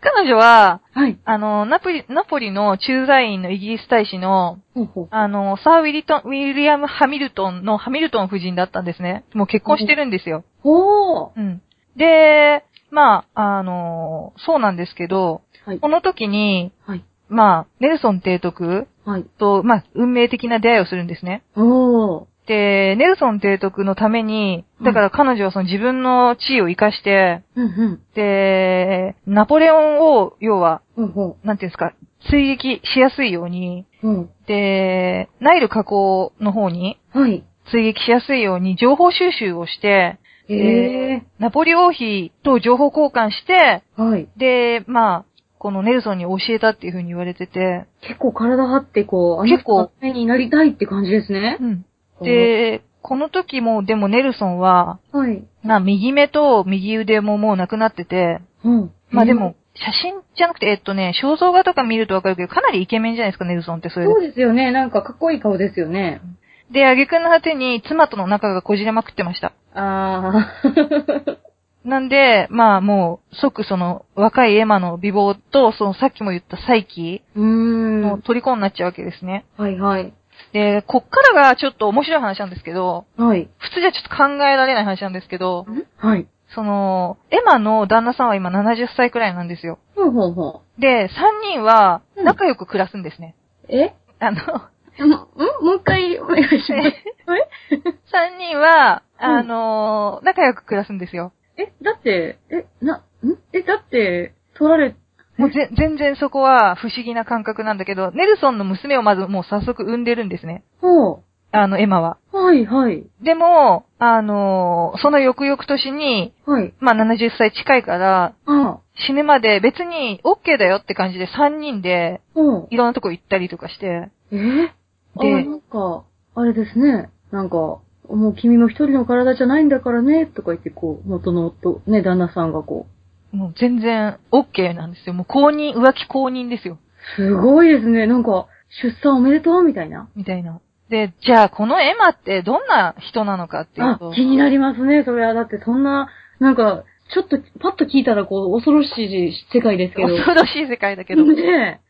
[SPEAKER 1] 彼女は、
[SPEAKER 2] はい。
[SPEAKER 1] あの、ナポリ、ナポリの駐在員のイギリス大使の、
[SPEAKER 2] ほうほう。
[SPEAKER 1] あの、サー・ウィリトン、ウィリアム・ハミルトンのハミルトン夫人だったんですね。もう結婚してるんですよ。
[SPEAKER 2] ほう。
[SPEAKER 1] うん。で、まあ、あの、そうなんですけど、
[SPEAKER 2] はい。
[SPEAKER 1] この時に、
[SPEAKER 2] はい。
[SPEAKER 1] まあ、ネルソン提督
[SPEAKER 2] はい。
[SPEAKER 1] と、まあ、運命的な出会いをするんですね。
[SPEAKER 2] おー。
[SPEAKER 1] で、ネルソン提督のために、だから彼女はその自分の地位を活かして、
[SPEAKER 2] うんうん。
[SPEAKER 1] で、ナポレオンを、要は、
[SPEAKER 2] ほうほ
[SPEAKER 1] なんていうんですか、追撃しやすいように、
[SPEAKER 2] う。うん。
[SPEAKER 1] で、ナイル河口の方に
[SPEAKER 2] はい。
[SPEAKER 1] 追撃しやすいように情報収集をして、
[SPEAKER 2] へえ
[SPEAKER 1] でナポリ王妃と情報交換して、
[SPEAKER 2] ー。はい。
[SPEAKER 1] で、まあ、このネルソンに教えたっていう風に言われてて、
[SPEAKER 2] 結構体張ってこう、
[SPEAKER 1] 結構
[SPEAKER 2] あの人のためになりたいって感じですね。
[SPEAKER 1] うん。で、この時も、でもネルソンは、
[SPEAKER 2] はい。
[SPEAKER 1] まあ、右目と右腕ももうなくなってて、
[SPEAKER 2] うん。
[SPEAKER 1] まあでも、写真じゃなくて、えっとね、肖像画とか見るとわかるけど、かなりイケメンじゃないですか、ネルソンってそ
[SPEAKER 2] え
[SPEAKER 1] れで
[SPEAKER 2] ー、そ。うですよね。なんかかっこいい顔ですよね。
[SPEAKER 1] で、挙句の果てに妻との仲がこじれまくってました。
[SPEAKER 2] あー。
[SPEAKER 1] なんで、まあもう、即その若いエマの美貌と、そのさっきも言ったサイキ
[SPEAKER 2] うーん。
[SPEAKER 1] の虜になっちゃうわけですね。
[SPEAKER 2] はいはい。
[SPEAKER 1] で、こっからがちょっと面白い話なんですけど、
[SPEAKER 2] はい。
[SPEAKER 1] 普通じゃちょっと考えられない話なんですけど、
[SPEAKER 2] はい。
[SPEAKER 1] その、エマの旦那さんは今70歳くらいなんですよ。
[SPEAKER 2] ほうほうほ
[SPEAKER 1] で、3人は
[SPEAKER 2] うん
[SPEAKER 1] 仲良く暮らすんですね。
[SPEAKER 2] う。え
[SPEAKER 1] あの、
[SPEAKER 2] んもう一回お願いします。
[SPEAKER 1] 3人は、
[SPEAKER 2] うん
[SPEAKER 1] あのー仲良く暮らすんですよ。
[SPEAKER 2] え、だって、え、な、んえ、だって、取られ、
[SPEAKER 1] もうぜ全然そこは不思議な感覚なんだけど、ネルソンの娘をまずもう早速産んでるんですね。
[SPEAKER 2] ほ
[SPEAKER 1] あの、エマは。
[SPEAKER 2] う。はい、はい。
[SPEAKER 1] でも、あのーその翌々年に、
[SPEAKER 2] はい。
[SPEAKER 1] まあ、70歳近いから、
[SPEAKER 2] ああ。
[SPEAKER 1] 死ぬまで別に OK だよって感じで3人で
[SPEAKER 2] ほう。
[SPEAKER 1] いろんなとこ行ったりとかして、
[SPEAKER 2] えー、あ、
[SPEAKER 1] で
[SPEAKER 2] なんか、あれですね。なんか、もう君の一人の体じゃないんだからね、とか言って、こう、元の夫、ね、旦那さんがこう、
[SPEAKER 1] もう全然 OK なんですよ。もう公認、浮気公認ですよ。
[SPEAKER 2] すごいですね。なんか、出産おめでとうみたいな。
[SPEAKER 1] みたいな。で、じゃあこのエマってどんな人なのかっていう
[SPEAKER 2] あ
[SPEAKER 1] と、、
[SPEAKER 2] 気になりますね、それは。だってそんな、なんか、ちょっと、パッと聞いたら、こう、恐ろしい世界ですけど。
[SPEAKER 1] 恐ろしい世界だけど、
[SPEAKER 2] ね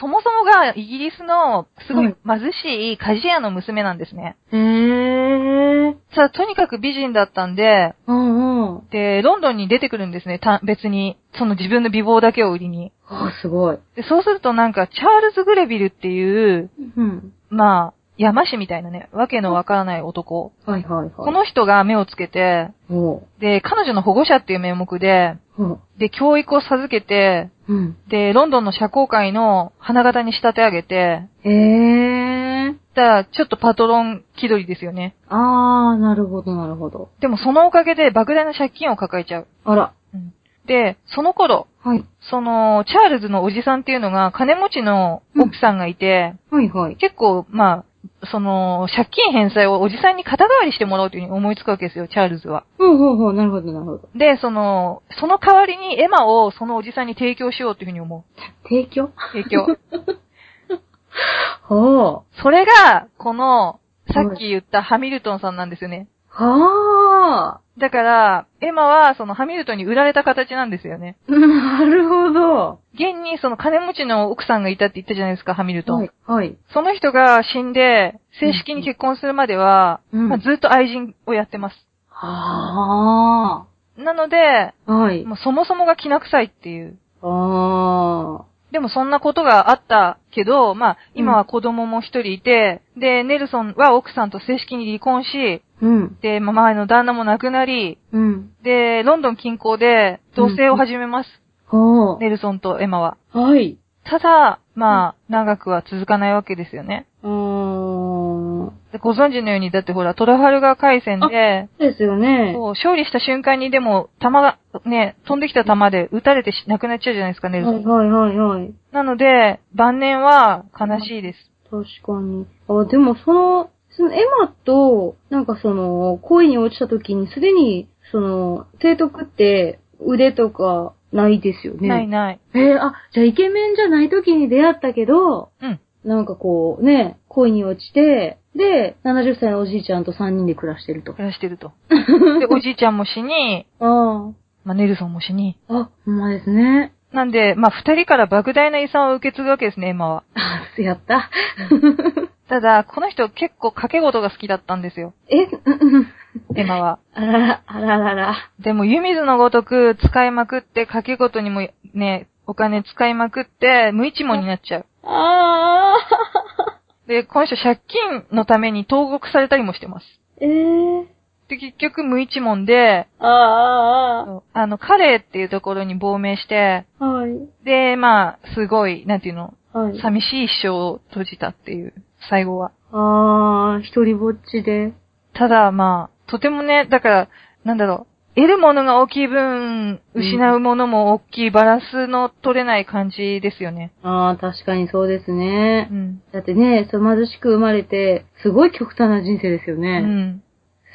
[SPEAKER 1] そもそもがイギリスのすご
[SPEAKER 2] はいい
[SPEAKER 1] 貧しい鍛冶屋の娘なんですね。
[SPEAKER 2] え。へえ。
[SPEAKER 1] さあ、とにかく美人だったんで、
[SPEAKER 2] うんうん。
[SPEAKER 1] で、ロンドンに出てくるんですね、た別に。その自分の美貌だけを売りに。
[SPEAKER 2] あ、すごい。
[SPEAKER 1] で、そうするとなんか、チャールズ・グレビルっていう、
[SPEAKER 2] うん。
[SPEAKER 1] まあ、山師みたいなね、わけのわからない男。
[SPEAKER 2] はいはいはい。
[SPEAKER 1] この人が目をつけて、
[SPEAKER 2] お
[SPEAKER 1] で、彼女の保護者っていう名目で、
[SPEAKER 2] う。
[SPEAKER 1] で、教育を授けて、
[SPEAKER 2] うん。
[SPEAKER 1] で、ロンドンの社交界の花形に仕立て上げて、
[SPEAKER 2] へえ。
[SPEAKER 1] だからちょっとパトロン気取りですよね。
[SPEAKER 2] あー、なるほどなるほど。
[SPEAKER 1] でもそのおかげで莫大な借金を抱えちゃう。
[SPEAKER 2] あら。
[SPEAKER 1] うんで、その頃、
[SPEAKER 2] はい。
[SPEAKER 1] その、チャールズのおじさんっていうのが金持ちの奥さんがいて、
[SPEAKER 2] はいはい。
[SPEAKER 1] 結構、まあ、その、借金返済をおじさんに肩代わりしてもらおうというふうに思いつくわけですよ、チャールズは。
[SPEAKER 2] ほうほうほう、なるほどなるほど。
[SPEAKER 1] で、その、その代わりにエマをそのおじさんに提供しようというふうに思う。
[SPEAKER 2] 提供
[SPEAKER 1] 提 供。
[SPEAKER 2] ほう。
[SPEAKER 1] それが、この、さっき言ったハミルトンさんなんですよね。
[SPEAKER 2] は
[SPEAKER 1] だから、エマはそのハミルトンに売られた形なんですよね。
[SPEAKER 2] ー。 なるほど。
[SPEAKER 1] 現にその金持ちの奥さんがいたって言ったじゃないですか、ハミルトン。
[SPEAKER 2] はい。はい。
[SPEAKER 1] その人が死んで、正式に結婚するまでは、
[SPEAKER 2] うん
[SPEAKER 1] まあ、ずっと愛人をやってます。
[SPEAKER 2] は
[SPEAKER 1] なので、
[SPEAKER 2] ー。はい。
[SPEAKER 1] もうそもそもがきな臭いっていう。
[SPEAKER 2] あ
[SPEAKER 1] でもそんなことがあったけど、まあ、今は子供も一人いて、で、ネルソンは奥さんと正式に離婚し、
[SPEAKER 2] ー。うん。
[SPEAKER 1] で、まあ、前の旦那も亡くなり、
[SPEAKER 2] うん。
[SPEAKER 1] で、ロンドン近郊で同棲を始めます。
[SPEAKER 2] ほう。
[SPEAKER 1] ネルソンとエマは。
[SPEAKER 2] はい。
[SPEAKER 1] ただ、まあ、長くは続かないわけですよね。
[SPEAKER 2] うーん。そ
[SPEAKER 1] でご存知のように、だってほら、トラファルガー海戦で、
[SPEAKER 2] うですよね。
[SPEAKER 1] こう勝利した瞬間にでも、弾が、ね、飛んできた弾で撃たれてし亡くなっちゃうじゃないですか、ネルソ
[SPEAKER 2] は
[SPEAKER 1] ン。
[SPEAKER 2] いはいはいはい。
[SPEAKER 1] なので、晩年は悲しいです。
[SPEAKER 2] 確かに。あ、でもその、そのエマと、なんかその、恋に落ちた時にすでに、その、提督って腕とかないですよね。
[SPEAKER 1] ない。ない。
[SPEAKER 2] えーあ、じゃあイケメンじゃない時に出会ったけど、
[SPEAKER 1] うん。
[SPEAKER 2] なんかこうね、恋に落ちて、で、70歳のおじいちゃんと3人で暮らしてると。
[SPEAKER 1] 暮らしてると。で、おじいちゃんも死に、
[SPEAKER 2] あ
[SPEAKER 1] まあ、ネルソンも死に。
[SPEAKER 2] あ。あ、ほんまですね。
[SPEAKER 1] なんで、まあ、二人から莫大な遺産を受け継ぐわけですね、エマは。
[SPEAKER 2] あ、やった。
[SPEAKER 1] ただ、この人結構掛け事が好きだったんですよ、
[SPEAKER 2] え、うんうん。
[SPEAKER 1] エマは。
[SPEAKER 2] あらら、あららら。
[SPEAKER 1] でも、湯水のごとく使いまくって、掛け事にもね、お金使いまくって、無一文になっちゃう。
[SPEAKER 2] ああ。
[SPEAKER 1] で、この人借金のために投獄されたりもしてます。
[SPEAKER 2] ええ
[SPEAKER 1] で、結局無一文で、
[SPEAKER 2] ああ、あ
[SPEAKER 1] あの、カレーっていうところに亡命して、
[SPEAKER 2] あ。はい。
[SPEAKER 1] で、まあ、すごい、なんていうの、
[SPEAKER 2] はい。
[SPEAKER 1] 寂しい一生を閉じたっていう、最後は。
[SPEAKER 2] ああ、一人ぼっちで。
[SPEAKER 1] ただ、まあ、とてもね、だから、なんだろう、得るものが大きい分、失うものも大きい、バランスの取れない感じですよね。
[SPEAKER 2] ああ、確かにそうです
[SPEAKER 1] う
[SPEAKER 2] ね。
[SPEAKER 1] ん。
[SPEAKER 2] だってね、そう貧しく生まれて、すごい極端な人生ですよ
[SPEAKER 1] う
[SPEAKER 2] ね。
[SPEAKER 1] ん。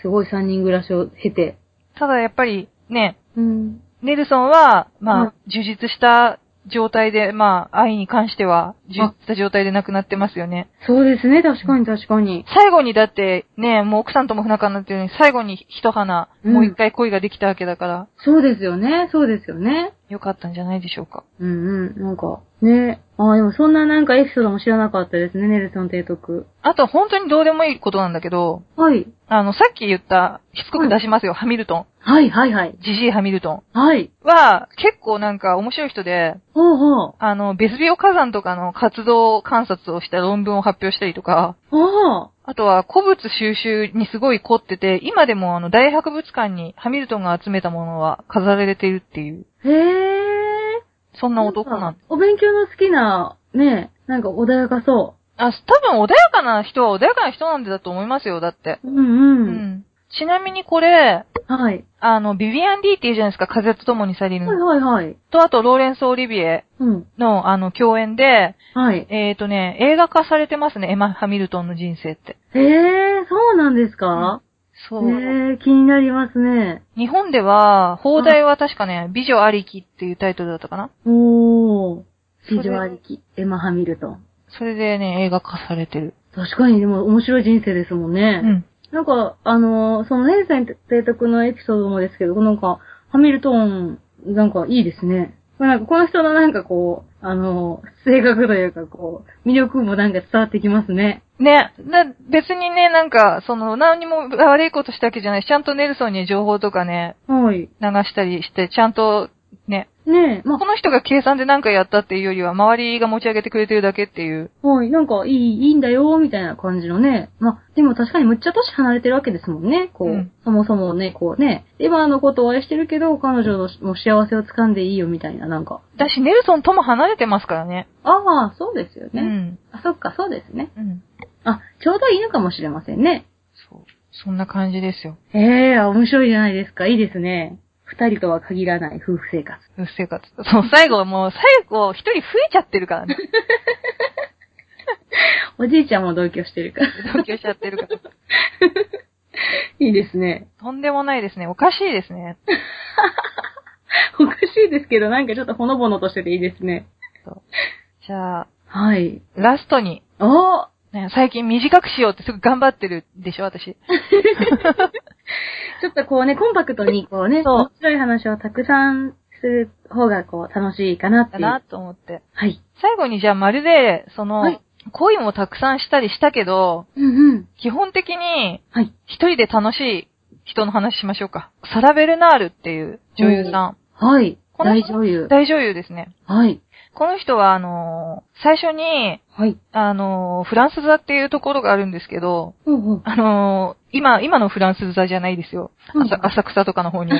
[SPEAKER 2] すごい三人暮らしを経て。
[SPEAKER 1] ただ、やっぱり、ね、
[SPEAKER 2] うん。
[SPEAKER 1] ネルソンは、まあ、
[SPEAKER 2] うん
[SPEAKER 1] 充実した状態で、まあ、愛に関しては、充実した状態で亡くなってますよね。
[SPEAKER 2] そうですね、確かに確かに。
[SPEAKER 1] 最後にだって、ね、もう奥さんとも不仲になってるのに、最後に一花、
[SPEAKER 2] うん
[SPEAKER 1] もう一回恋ができたわけだから、
[SPEAKER 2] そうですよね、そうですよね。
[SPEAKER 1] 良かったんじゃないでしょうか。
[SPEAKER 2] うんうん。なんか、ね。ああ、でもそんななんかエピソードも知らなかったですね、ネルソン提督。
[SPEAKER 1] あと、本当にどうでもいいことなんだけど、
[SPEAKER 2] はい。
[SPEAKER 1] あの、さっき言った、しつこく出しますよ、ハミルトン。
[SPEAKER 2] はいはいはい。
[SPEAKER 1] ジジイハミルト
[SPEAKER 2] はい。
[SPEAKER 1] ンは、結構なんか面白い人で、
[SPEAKER 2] ほうほう。
[SPEAKER 1] あの、ベスビオ火山とかの活動観察をした論文を発表したりとか、
[SPEAKER 2] ほう。
[SPEAKER 1] あとは古物収集にすごい凝ってて、今でもあの大博物館にハミルトンが集めたものは飾られてるっていう、
[SPEAKER 2] へえ。
[SPEAKER 1] そんな男なん
[SPEAKER 2] かお勉強の好きな、ね、なんか穏やかそ
[SPEAKER 1] あ、多分穏やかな人は穏やかな人なんだと思いますよ、だって。
[SPEAKER 2] う。うん
[SPEAKER 1] う
[SPEAKER 2] うん。
[SPEAKER 1] ん。ちなみにこれ、
[SPEAKER 2] はい。
[SPEAKER 1] あの、ビビアン・ディーっていうじゃないですか、風と共に去り
[SPEAKER 2] はい
[SPEAKER 1] ぬ。
[SPEAKER 2] はいはい。
[SPEAKER 1] と、あと、ローレンス・オリビエ
[SPEAKER 2] うん。
[SPEAKER 1] の、あの、共演で、
[SPEAKER 2] はい。
[SPEAKER 1] えっ、ー、とね、映画化されてますね、エマ・ハミルトンの人生って。
[SPEAKER 2] へえ、そうなんですか
[SPEAKER 1] そう。
[SPEAKER 2] へえ、気になりますね。
[SPEAKER 1] 日本では、放題は確かね、美女ありきっていうタイトルだったかな
[SPEAKER 2] おー。
[SPEAKER 1] それ
[SPEAKER 2] 美女ありき、エマ・ハミルトン。
[SPEAKER 1] それでね、映画化されてる。
[SPEAKER 2] 確かに、でも面白い人生ですもん
[SPEAKER 1] う
[SPEAKER 2] ね。
[SPEAKER 1] ん。
[SPEAKER 2] なんか、あのーそのネルセン提督のエピソードもですけど、なんか、ハミルトン、なんかいいですね。まあなんかこの人のなんかこう、あのー性格というかこう、魅力もなんか伝わってきますね。
[SPEAKER 1] ね、な、別にね、なんか、その、何にも悪いことしたわけじゃないし、ちゃんとネルソンに情報とかね、
[SPEAKER 2] はい。
[SPEAKER 1] 流したりして、ちゃんと、ね、
[SPEAKER 2] ねえ、ま
[SPEAKER 1] この人が計算で何かやったっていうよりは、周りが持ち上げてくれてるだけっていう。
[SPEAKER 2] あ、はい、なんかいい、いいんだよ、みたいな感じのね。まあ、でも確かにむっちゃ年離れてるわけですもんね。こう、
[SPEAKER 1] うん
[SPEAKER 2] そもそもね、こうね、今のことを愛してるけど、彼女のもう幸せを掴んでいいよ、みたいな、なんか。
[SPEAKER 1] だし、ネルソンとも離れてますからね。
[SPEAKER 2] ああ、そうですよ
[SPEAKER 1] う
[SPEAKER 2] ね。
[SPEAKER 1] ん。
[SPEAKER 2] あ、そっか、そうですね。
[SPEAKER 1] うん。
[SPEAKER 2] あ、ちょうどいいのかもしれませんね。
[SPEAKER 1] そう。そんな感じですよ。
[SPEAKER 2] ええ面白いじゃないですか。いいですね。二人とは限らない夫婦生活。
[SPEAKER 1] 夫婦生活。 そう、最後はもう、最後、一人増えちゃってるからね。
[SPEAKER 2] おじいちゃんも同居してるから。
[SPEAKER 1] 同居しちゃってるから。
[SPEAKER 2] いいですね。
[SPEAKER 1] とんでもないですね。おかしいですね。
[SPEAKER 2] おかしいですけど、なんかちょっとほのぼのとしてていいですね。
[SPEAKER 1] じゃあ、
[SPEAKER 2] はい。
[SPEAKER 1] ラストに、
[SPEAKER 2] お ー
[SPEAKER 1] ね、最近短くしようってすぐ頑張ってるでしょ、私。
[SPEAKER 2] ちょっとこうね、コンパクトにこうね、
[SPEAKER 1] そう
[SPEAKER 2] 面白い話をたくさんする方がこう楽しいかなって
[SPEAKER 1] だ
[SPEAKER 2] いう。
[SPEAKER 1] なと思って。
[SPEAKER 2] はい。
[SPEAKER 1] 最後にじゃあ、まるで、その、
[SPEAKER 2] はい
[SPEAKER 1] 恋もたくさんしたりしたけど、
[SPEAKER 2] うんうん。
[SPEAKER 1] 基本的に、
[SPEAKER 2] はい。
[SPEAKER 1] 一人で楽しい人の話しましょうか。サラベルナールっていう女優さん。
[SPEAKER 2] はい。
[SPEAKER 1] この
[SPEAKER 2] 大女優。
[SPEAKER 1] 大女優ですね。
[SPEAKER 2] はい。
[SPEAKER 1] この人は、あのー最初に、
[SPEAKER 2] はい。
[SPEAKER 1] あのーフランス座っていうところがあるんですけど、
[SPEAKER 2] ほうほう。
[SPEAKER 1] あのー今、今のフランス座じゃないですよ。
[SPEAKER 2] うん
[SPEAKER 1] 浅浅草とかの 方に。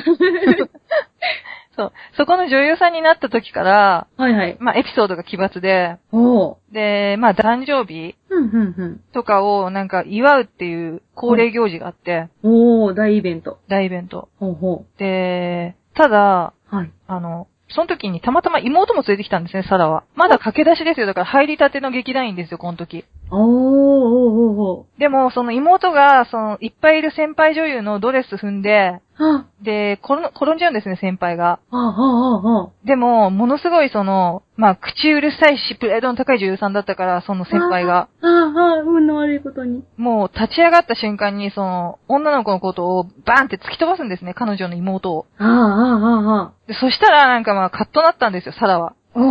[SPEAKER 1] そう。そこの女優さんになった時から、
[SPEAKER 2] はいはい。
[SPEAKER 1] まあ、エピソードが奇抜で、
[SPEAKER 2] おー。
[SPEAKER 1] で、まあ、誕生日
[SPEAKER 2] うんうん
[SPEAKER 1] とかをなんか祝うっていう恒例行事があって、
[SPEAKER 2] うん。おー、大イベント。
[SPEAKER 1] 大イベント。
[SPEAKER 2] ほうほ
[SPEAKER 1] で、ただ、
[SPEAKER 2] う。はい。
[SPEAKER 1] あの、その時にたまたま妹も連れてきたんですね、サラは。まだ駆け出しですよ。だから入りたての劇団員ですよ、この時。
[SPEAKER 2] おー、おー、おー、お
[SPEAKER 1] でも、その妹が、その、いっぱいいる先輩女優のドレス踏んで、
[SPEAKER 2] ー。は
[SPEAKER 1] で、転ん転んじゃうんですね、先輩が。
[SPEAKER 2] あ、はあ、はあ、は
[SPEAKER 1] でも、ものすごいその、まあ、口うるさいし、プライドの高い女優さんだったから、その先輩が、
[SPEAKER 2] あ。はあ、はあ、運の悪いことに。
[SPEAKER 1] もう立ち上がった瞬間に、その、女の子のことをバーンって突き飛ばすんですね、彼女の妹を。
[SPEAKER 2] ああ、ああ、はあ、はあ。
[SPEAKER 1] でそしたら、なんかまあ、カッとなったんですよ、サラは。
[SPEAKER 2] おー、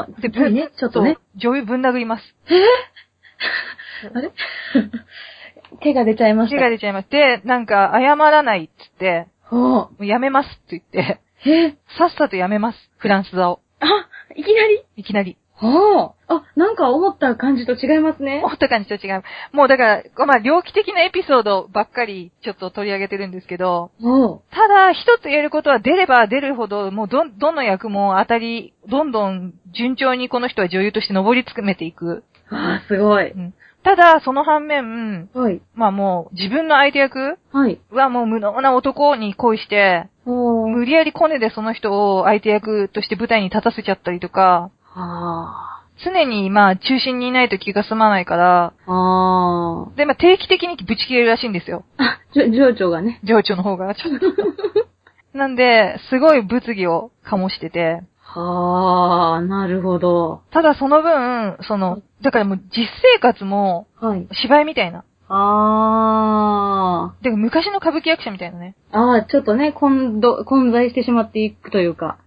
[SPEAKER 2] おー、おー。
[SPEAKER 1] で、
[SPEAKER 2] ぶね、ちょっとね。。
[SPEAKER 1] そう女優ぶん殴ります。
[SPEAKER 2] あれ手が出ちゃいました。
[SPEAKER 1] 手が出ちゃいます。で、なんか、謝らないっつって、
[SPEAKER 2] はあ。
[SPEAKER 1] もうやめますって言って、
[SPEAKER 2] え
[SPEAKER 1] さっさとやめます、フランス座を。
[SPEAKER 2] あ、いきなり
[SPEAKER 1] いきなり。
[SPEAKER 2] はあ。あ、なんか思った感じと違いますね。
[SPEAKER 1] 思った感じと違う。もうだから、まあ、猟奇的なエピソードばっかりちょっと取り上げてるんですけど、
[SPEAKER 2] おー。
[SPEAKER 1] ただ、一つ言えることは出れば出るほど、もうどん、どの役も当たり、どんどん順調にこの人は女優として上り詰めていく。
[SPEAKER 2] ああ、すごい。
[SPEAKER 1] ただ、その反面、
[SPEAKER 2] はい。
[SPEAKER 1] まあもう自分の相手役
[SPEAKER 2] はい。
[SPEAKER 1] はもう無能な男に恋して、
[SPEAKER 2] おー。
[SPEAKER 1] 無理やりコネでその人を相手役として舞台に立たせちゃったりとか、
[SPEAKER 2] はあ。
[SPEAKER 1] 常にまあ中心にいないと気が済まないから、
[SPEAKER 2] あ
[SPEAKER 1] でまあ定期的にぶち切れるらしいんですよ。
[SPEAKER 2] あ。あ、じょ情緒がね。
[SPEAKER 1] 情緒の方がちょっと。なんで、すごい物議を醸してて、
[SPEAKER 2] はあ、なるほど。
[SPEAKER 1] ただその分、その、だからもう実生活も
[SPEAKER 2] はい。
[SPEAKER 1] 芝居みたいな。
[SPEAKER 2] あ
[SPEAKER 1] で昔の歌舞伎役者みたいなね。
[SPEAKER 2] あ。ああ、ちょっとね、混同混在してしまっていくというか。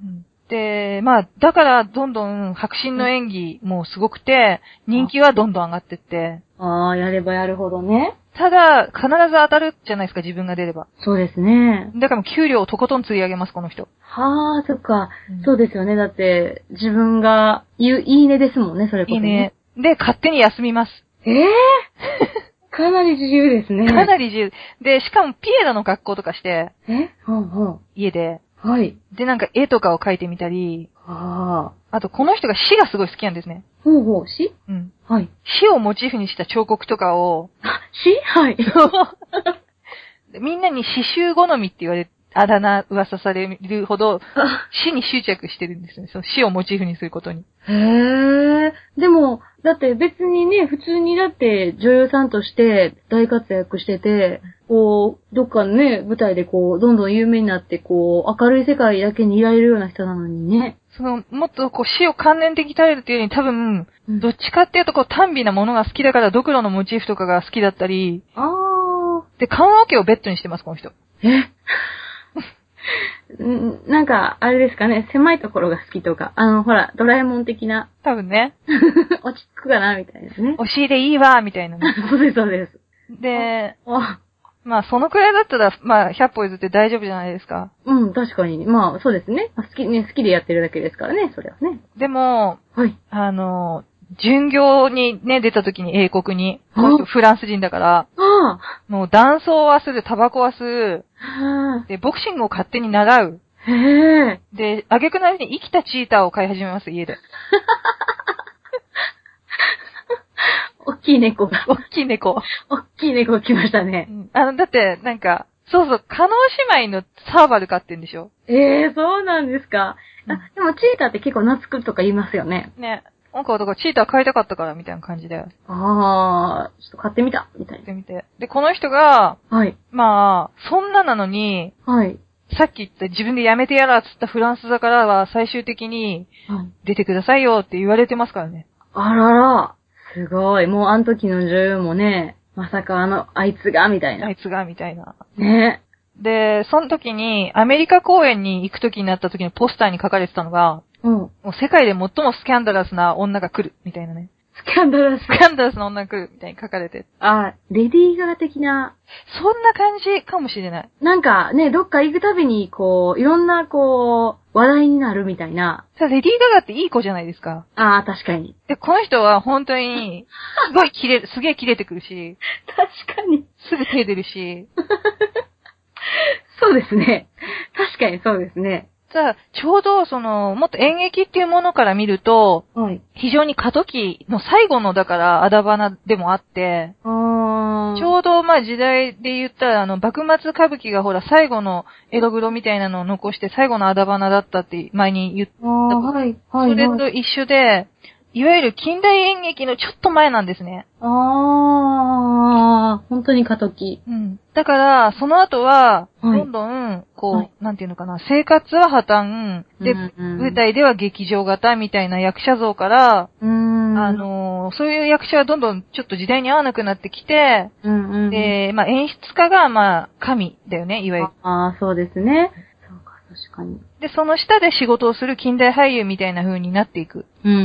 [SPEAKER 1] で、まあ、だから、どんどん白真の演技もすごくて、人気はどんどん上がってって。
[SPEAKER 2] ああ、やればやるほどね。
[SPEAKER 1] ただ、必ず当たるじゃないですか、自分が出れば。
[SPEAKER 2] そうですね。
[SPEAKER 1] だからもう給料をとことん釣り上げます、この人。
[SPEAKER 2] はあ、そっか。
[SPEAKER 1] うん
[SPEAKER 2] そうですよね。だって、自分が言う、いいねですもんね、それこ
[SPEAKER 1] い
[SPEAKER 2] そ、
[SPEAKER 1] いね。。で、勝手に休みます。
[SPEAKER 2] ええ かなり自由ですね。
[SPEAKER 1] かなり自由。で、しかもピエラの格好とかして、
[SPEAKER 2] えほんほん。
[SPEAKER 1] 家で。
[SPEAKER 2] はい。
[SPEAKER 1] で、なんか絵とかを描いてみたり、
[SPEAKER 2] ああ。
[SPEAKER 1] あと、この人が死がすごい好きなんですね。
[SPEAKER 2] ほうほう、し
[SPEAKER 1] うん。
[SPEAKER 2] はい。
[SPEAKER 1] 死をモチーフにした彫刻とかを、
[SPEAKER 2] あ、し はい。
[SPEAKER 1] みんなに刺繍好みって言われ、あだ名噂されるほど、
[SPEAKER 2] あ
[SPEAKER 1] 死に執着してるんですよね。その死をモチーフにすることに。
[SPEAKER 2] へえ。でも、だって別にね、普通にだって女優さんとして大活躍してて、こう、どっかのね、舞台でこう、どんどん有名になって、こう、明るい世界だけにいられるような人なのにね。
[SPEAKER 1] その、もっとこう死を関連的に耐えるというより多分、
[SPEAKER 2] うん
[SPEAKER 1] どっちかっていうとこう、単美なものが好きだから、ドクロのモチーフとかが好きだったり、
[SPEAKER 2] ああ。
[SPEAKER 1] で、棺桶をベッドにしてます、この人。
[SPEAKER 2] え うんなんか、あれですかね、狭いところが好きとか、あの、ほら、ドラえもん的な、
[SPEAKER 1] 多分ね、
[SPEAKER 2] 落ち着くかな、みたいなね。
[SPEAKER 1] 押し入れいいわ、みたいなね。
[SPEAKER 2] そうです、そうです。
[SPEAKER 1] で、
[SPEAKER 2] お
[SPEAKER 1] まあ、そのくらいだったら、まあ、100歩譲って大丈夫じゃないですか。
[SPEAKER 2] うん、確かに。まあ、そうですね。まあ好き、ね、好きでやってるだけですからね、それはね。
[SPEAKER 1] でも、
[SPEAKER 2] はい。
[SPEAKER 1] あの、巡業にね、出た時に英国に、この人
[SPEAKER 2] あ
[SPEAKER 1] フランス人だから、
[SPEAKER 2] あ
[SPEAKER 1] もう断層はする、タバコは吸う、
[SPEAKER 2] あ。はあ
[SPEAKER 1] で、ボクシングを勝手に習う。
[SPEAKER 2] へえ。
[SPEAKER 1] で、挙句のあれに生きたチーターを飼い始めます、家で。
[SPEAKER 2] 大きい猫が、
[SPEAKER 1] 大きい猫。
[SPEAKER 2] 大きい猫が来ました
[SPEAKER 1] う
[SPEAKER 2] ね。
[SPEAKER 1] んあの、だって、なんか、そうそう、カノ姉妹のサーバル飼ってんでしょ
[SPEAKER 2] ええそうなんですか。
[SPEAKER 1] うん
[SPEAKER 2] あ、でもチーターって結構懐くとか言いますよね。
[SPEAKER 1] ね。なんか、だからチーター飼いたかったから、みたいな感じで。や
[SPEAKER 2] ああ、ちょっと買ってみた、みたい
[SPEAKER 1] ってみて。で、この人が、
[SPEAKER 2] な。はい。
[SPEAKER 1] まあ、そんななのに、
[SPEAKER 2] はい。
[SPEAKER 1] さっき言った自分でやめてやらっつったフランスだからは最終的に
[SPEAKER 2] はい。
[SPEAKER 1] 出てくださいよって言われてますからね。
[SPEAKER 2] あらら、すごい。もうあの時の女優もね、まさかあの、あいつが、みたい
[SPEAKER 1] あ
[SPEAKER 2] な。
[SPEAKER 1] いつが、みたいな。
[SPEAKER 2] ね。
[SPEAKER 1] で、その時にアメリカ公演に行く時になった時のポスターに書かれてたのが、
[SPEAKER 2] うん。
[SPEAKER 1] もう世界で最もスキャンダラスな女が来る、みたいなね。
[SPEAKER 2] スキャンダラス
[SPEAKER 1] ス。キャンダラスな女が来る、みたいに書かれて。
[SPEAKER 2] あ、レディーガガ的な、
[SPEAKER 1] そんな感じかもしれない。
[SPEAKER 2] なんかね、どっか行くたびに、こう、いろんな、こう、話題になるみたいな。
[SPEAKER 1] ただレディー・ガガっていい子じゃないですか。
[SPEAKER 2] ああ、確かに。
[SPEAKER 1] で、この人は本当に、すごい切れる、すげえ切れてくるし、
[SPEAKER 2] 確かに。
[SPEAKER 1] すぐ手出るし、
[SPEAKER 2] そうですね。確かにそうですね。
[SPEAKER 1] ただ、ちょうどその、もっと演劇っていうものから見ると、
[SPEAKER 2] はい。
[SPEAKER 1] 非常に過渡期の最後のだから、あだ花でもあって、
[SPEAKER 2] ああ。
[SPEAKER 1] ちょうどまあ時代で言ったら、あの、幕末歌舞伎がほら、最後の江戸黒みたいなのを残して、最後のあだ花だったって前に言っ
[SPEAKER 2] ああ、はい、はい、
[SPEAKER 1] それ
[SPEAKER 2] はい。
[SPEAKER 1] と一緒で、いわゆる近代演劇のちょっと前なんですね。
[SPEAKER 2] ああ、本当に過渡期。
[SPEAKER 1] うん。だから、その後は、
[SPEAKER 2] はい
[SPEAKER 1] どんどん、こう、
[SPEAKER 2] はい
[SPEAKER 1] なんていうのかな、生活は破綻、で、
[SPEAKER 2] うんうん
[SPEAKER 1] 舞台では劇場型みたいな役者像から、
[SPEAKER 2] うーん。
[SPEAKER 1] あ、のーそういう役者はどんどんちょっと時代に合わなくなってきて、
[SPEAKER 2] うんうんうん。
[SPEAKER 1] で、まあ演出家が、まあ、神だよね、いわゆる。
[SPEAKER 2] ああ、そうですね。そうか、確かに。
[SPEAKER 1] で、その下で仕事をする近代俳優みたいな風になっていく。
[SPEAKER 2] うん、うん、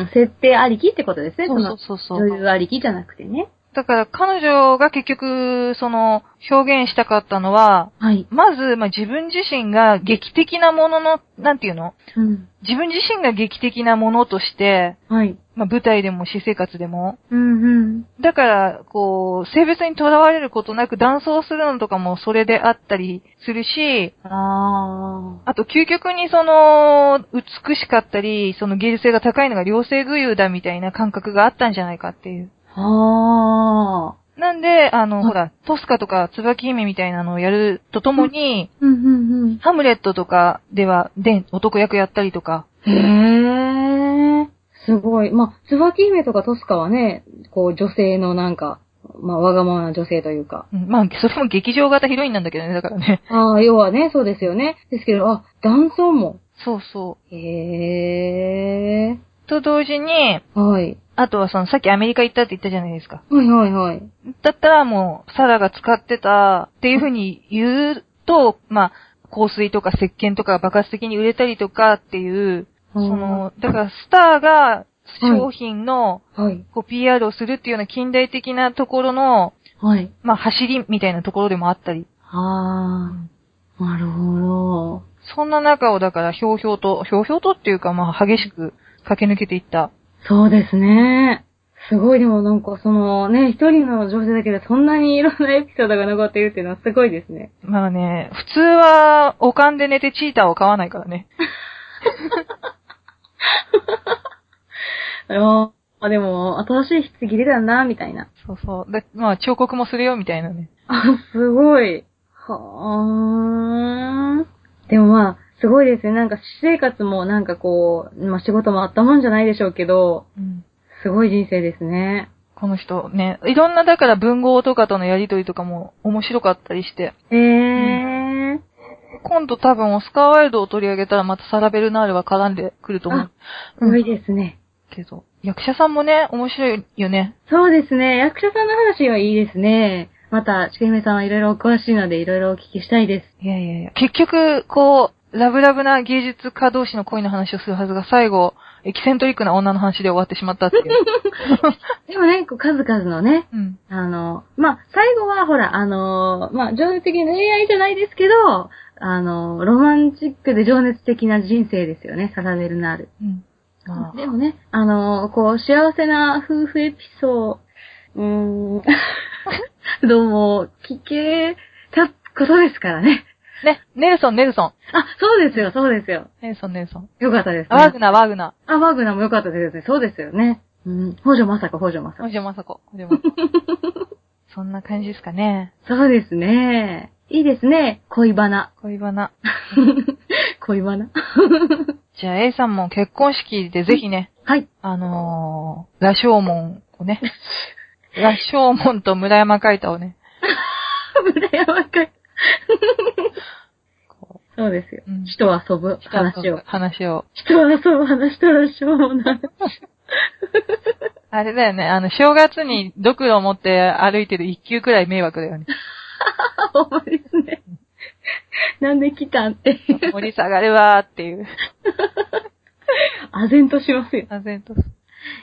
[SPEAKER 2] うん。設定ありきってことですね。
[SPEAKER 1] そうそうそ
[SPEAKER 2] そ
[SPEAKER 1] うそ
[SPEAKER 2] の、
[SPEAKER 1] う。
[SPEAKER 2] 女優ありきじゃなくてね。
[SPEAKER 1] だから彼女が結局、その、表現したかったのは、
[SPEAKER 2] はい。
[SPEAKER 1] まず、まあ、自分自身が劇的なものの、なんていうの
[SPEAKER 2] うん。
[SPEAKER 1] 自分自身が劇的なものとして、
[SPEAKER 2] はい。
[SPEAKER 1] まあ、舞台でも私生活でも。
[SPEAKER 2] うん、うん。
[SPEAKER 1] だから、こう、性別にとらわれることなく、断層するのとかもそれであったりするし、
[SPEAKER 2] あ
[SPEAKER 1] あと、究極にその、美しかったり、その芸術性が高いのが両性具有だみたいな感覚があったんじゃないかっていう。
[SPEAKER 2] あ。ああ。
[SPEAKER 1] なんで、あの、
[SPEAKER 2] ん
[SPEAKER 1] ほら、トスカとか、椿姫みたいなのをやるとともに、
[SPEAKER 2] うん、うん、
[SPEAKER 1] ハムレットとかでは、で、男役やったりとか、
[SPEAKER 2] うん。へえ。すごい。まあ、椿姫とかトスカはね、こう、女性のなんか、まあ、わがままな女性というか。
[SPEAKER 1] うんまあ、それも劇場型ヒロインなんだけどね、だからね。
[SPEAKER 2] ああ、要はね、そうですよね。ですけど、あ、男装も。
[SPEAKER 1] そうそ
[SPEAKER 2] へえ。
[SPEAKER 1] う。と同時に、
[SPEAKER 2] はい。
[SPEAKER 1] あとはその、さっきアメリカ行ったって言ったじゃないですか。
[SPEAKER 2] はい、はい、はい。
[SPEAKER 1] だったらもう、サラが使ってたっていうふうに言うと、まあ、香水とか石鹸とかが爆発的に売れたりとかっていう、
[SPEAKER 2] そ
[SPEAKER 1] そ、の、だからスターが商品の
[SPEAKER 2] はい。
[SPEAKER 1] こう PR をするっていうような近代的なところの、
[SPEAKER 2] はい。
[SPEAKER 1] まあ、走りみたいなところでもあったり。
[SPEAKER 2] ああ、なるほど。
[SPEAKER 1] そんな中をだから、ひょうひょうと、ひょうひょうとっていうか、まあ、激しく駆け抜けていった。
[SPEAKER 2] そうですね。すごい、でもなんかそのね、一人の女性だけでそんなにいろんなエピソードが残っているっていうのはすごいですね。
[SPEAKER 1] まあね、普通は、おかんで寝てチーターを買わないからね。
[SPEAKER 2] ああ、でも、新しい棺出たんだ、みたいな。
[SPEAKER 1] そうそう。で、まあ、彫刻もするよ、みたいなね。
[SPEAKER 2] あ、すごい。はあ。でもまあ、すごいですね。なんか、私生活もなんかこう、まあ仕事もあったもんじゃないでしょうけど、
[SPEAKER 1] うん。
[SPEAKER 2] すごい人生ですね。
[SPEAKER 1] この人、ね。いろんな、だから文豪とかとのやりとりとかも面白かったりして。
[SPEAKER 2] ええ
[SPEAKER 1] 今度多分、オスカーワイルドを取り上げたら、またサラベルナールは絡んでくると思う。
[SPEAKER 2] すごいですね。
[SPEAKER 1] けど。役者さんもね、面白いよね。
[SPEAKER 2] そうですね。役者さんの話はいいですね。また、ちくひめさんはいろいろお詳しいので、いろいろお聞きしたいです。
[SPEAKER 1] いやいやいや。結局、こう、ラブラブな芸術家同士の恋の話をするはずが、最後、エキセントリックな女の話で終わってしまった っていう。
[SPEAKER 2] でもね、こう数々のね、
[SPEAKER 1] うん。
[SPEAKER 2] あの、まあ、最後は、ほら、あの、まあ、情熱的な恋愛じゃないですけど、あの、ロマンチックで情熱的な人生ですよね、サラベルナール。
[SPEAKER 1] うん。まあ、
[SPEAKER 2] でもね、あの、こう、幸せな夫婦エピソード、うーん、どうも、聞けたことですからね。
[SPEAKER 1] ね、ネルソン、ネルソン。
[SPEAKER 2] あ、そうですよ、そうですよ。
[SPEAKER 1] ネルソン、ネルソン。
[SPEAKER 2] よかったです、
[SPEAKER 1] ワーグナー、ワーグナ
[SPEAKER 2] あ、ワーグナーも良かったですね。そうですよね。うん。北条まさか、北条ま
[SPEAKER 1] ー。
[SPEAKER 2] さ
[SPEAKER 1] お
[SPEAKER 2] か。
[SPEAKER 1] じゃまさこ。おじゃまさこ。 そんな感じですかね。
[SPEAKER 2] そうですね。いいですね。恋バナ。
[SPEAKER 1] 恋バナ。
[SPEAKER 2] 恋バナ。
[SPEAKER 1] じゃあ、A さんも結婚式でぜひね、
[SPEAKER 2] はい。
[SPEAKER 1] あのー、羅生門を ね、羅生門と村山海太をね、
[SPEAKER 2] 村山かい。
[SPEAKER 1] こ
[SPEAKER 2] そうですよ。
[SPEAKER 1] うん
[SPEAKER 2] 人は遊ぶ
[SPEAKER 1] う、
[SPEAKER 2] 話を。
[SPEAKER 1] 話を。
[SPEAKER 2] 人は遊ぶ話とらしょうもない。
[SPEAKER 1] あれだよね、あの、正月にドクロを持って歩いてる一級くらい迷惑 だよね。
[SPEAKER 2] あ、ほんまです ね。なんで来たんって。
[SPEAKER 1] 盛り下がるわーっていう。
[SPEAKER 2] 唖然としますよ。
[SPEAKER 1] あぜんと。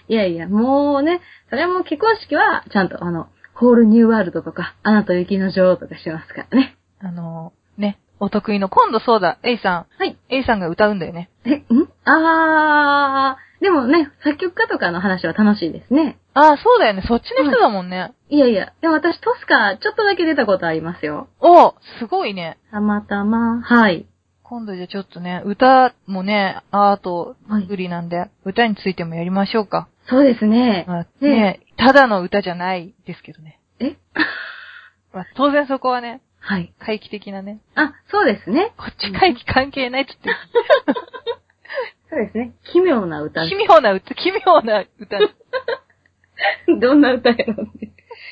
[SPEAKER 2] いやいや、もうね、それはもう結婚式は、ちゃんとあの、ホールニューワールドとか、アナと雪の女王とかしますからね。
[SPEAKER 1] あのー、ね、お得意の、今度そうだ、A さ
[SPEAKER 2] はい。
[SPEAKER 1] ん。A さんが歌うんだよね。
[SPEAKER 2] え、んあー、でもね、作曲家とかの話は楽しいですね。
[SPEAKER 1] ああ、そうだよね。そっちの人だもんね。
[SPEAKER 2] いやいや、でも私トスカちょっとだけ出たことありますよ。
[SPEAKER 1] おうすごいね。
[SPEAKER 2] たまたま、はい。
[SPEAKER 1] 今度じゃあちょっとね、歌もね、アート
[SPEAKER 2] はい
[SPEAKER 1] 作りなんで、歌についてもやりましょうか。
[SPEAKER 2] そうですね。
[SPEAKER 1] まあ
[SPEAKER 2] ね
[SPEAKER 1] ね、ただの歌じゃないですけどね。
[SPEAKER 2] え
[SPEAKER 1] まあ、当然そこはね、
[SPEAKER 2] はい。
[SPEAKER 1] 回帰的なね。
[SPEAKER 2] あ、そうですね。
[SPEAKER 1] こっち回帰関係ないっつって、
[SPEAKER 2] そうですね。奇妙な歌。
[SPEAKER 1] 奇妙な歌、奇妙な歌。
[SPEAKER 2] どんな歌やろうね。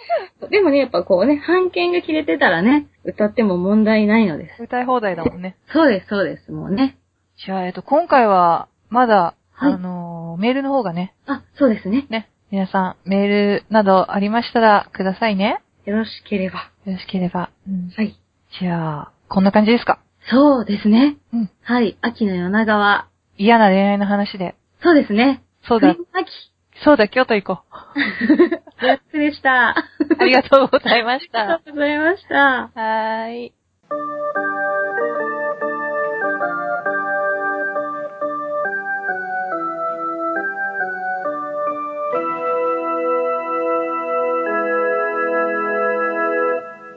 [SPEAKER 2] でもね、やっぱこうね、半券が切れてたらね、歌っても問題ないのです。
[SPEAKER 1] 歌い放題だもんね。
[SPEAKER 2] そうです、そうです、もうね。
[SPEAKER 1] じゃあ、えっと、今回は、まだ、
[SPEAKER 2] はい
[SPEAKER 1] あのーメールの方がね、
[SPEAKER 2] あ、そうですね。
[SPEAKER 1] ね、皆さん、メールなどありましたらくださいね。
[SPEAKER 2] よろしければ。
[SPEAKER 1] よろしければ。うん
[SPEAKER 2] はい。
[SPEAKER 1] じゃあ、こんな感じですか。
[SPEAKER 2] そうですね。
[SPEAKER 1] うん。
[SPEAKER 2] はい。秋の夜長は、
[SPEAKER 1] 嫌な恋愛の話で。
[SPEAKER 2] そうですね。
[SPEAKER 1] そうだ、
[SPEAKER 2] 冬の秋。
[SPEAKER 1] そうだ、京都行 こう。
[SPEAKER 2] やつでした。
[SPEAKER 1] ありがとうございまし
[SPEAKER 2] ありが
[SPEAKER 1] た。
[SPEAKER 2] とうございました。
[SPEAKER 1] はーい。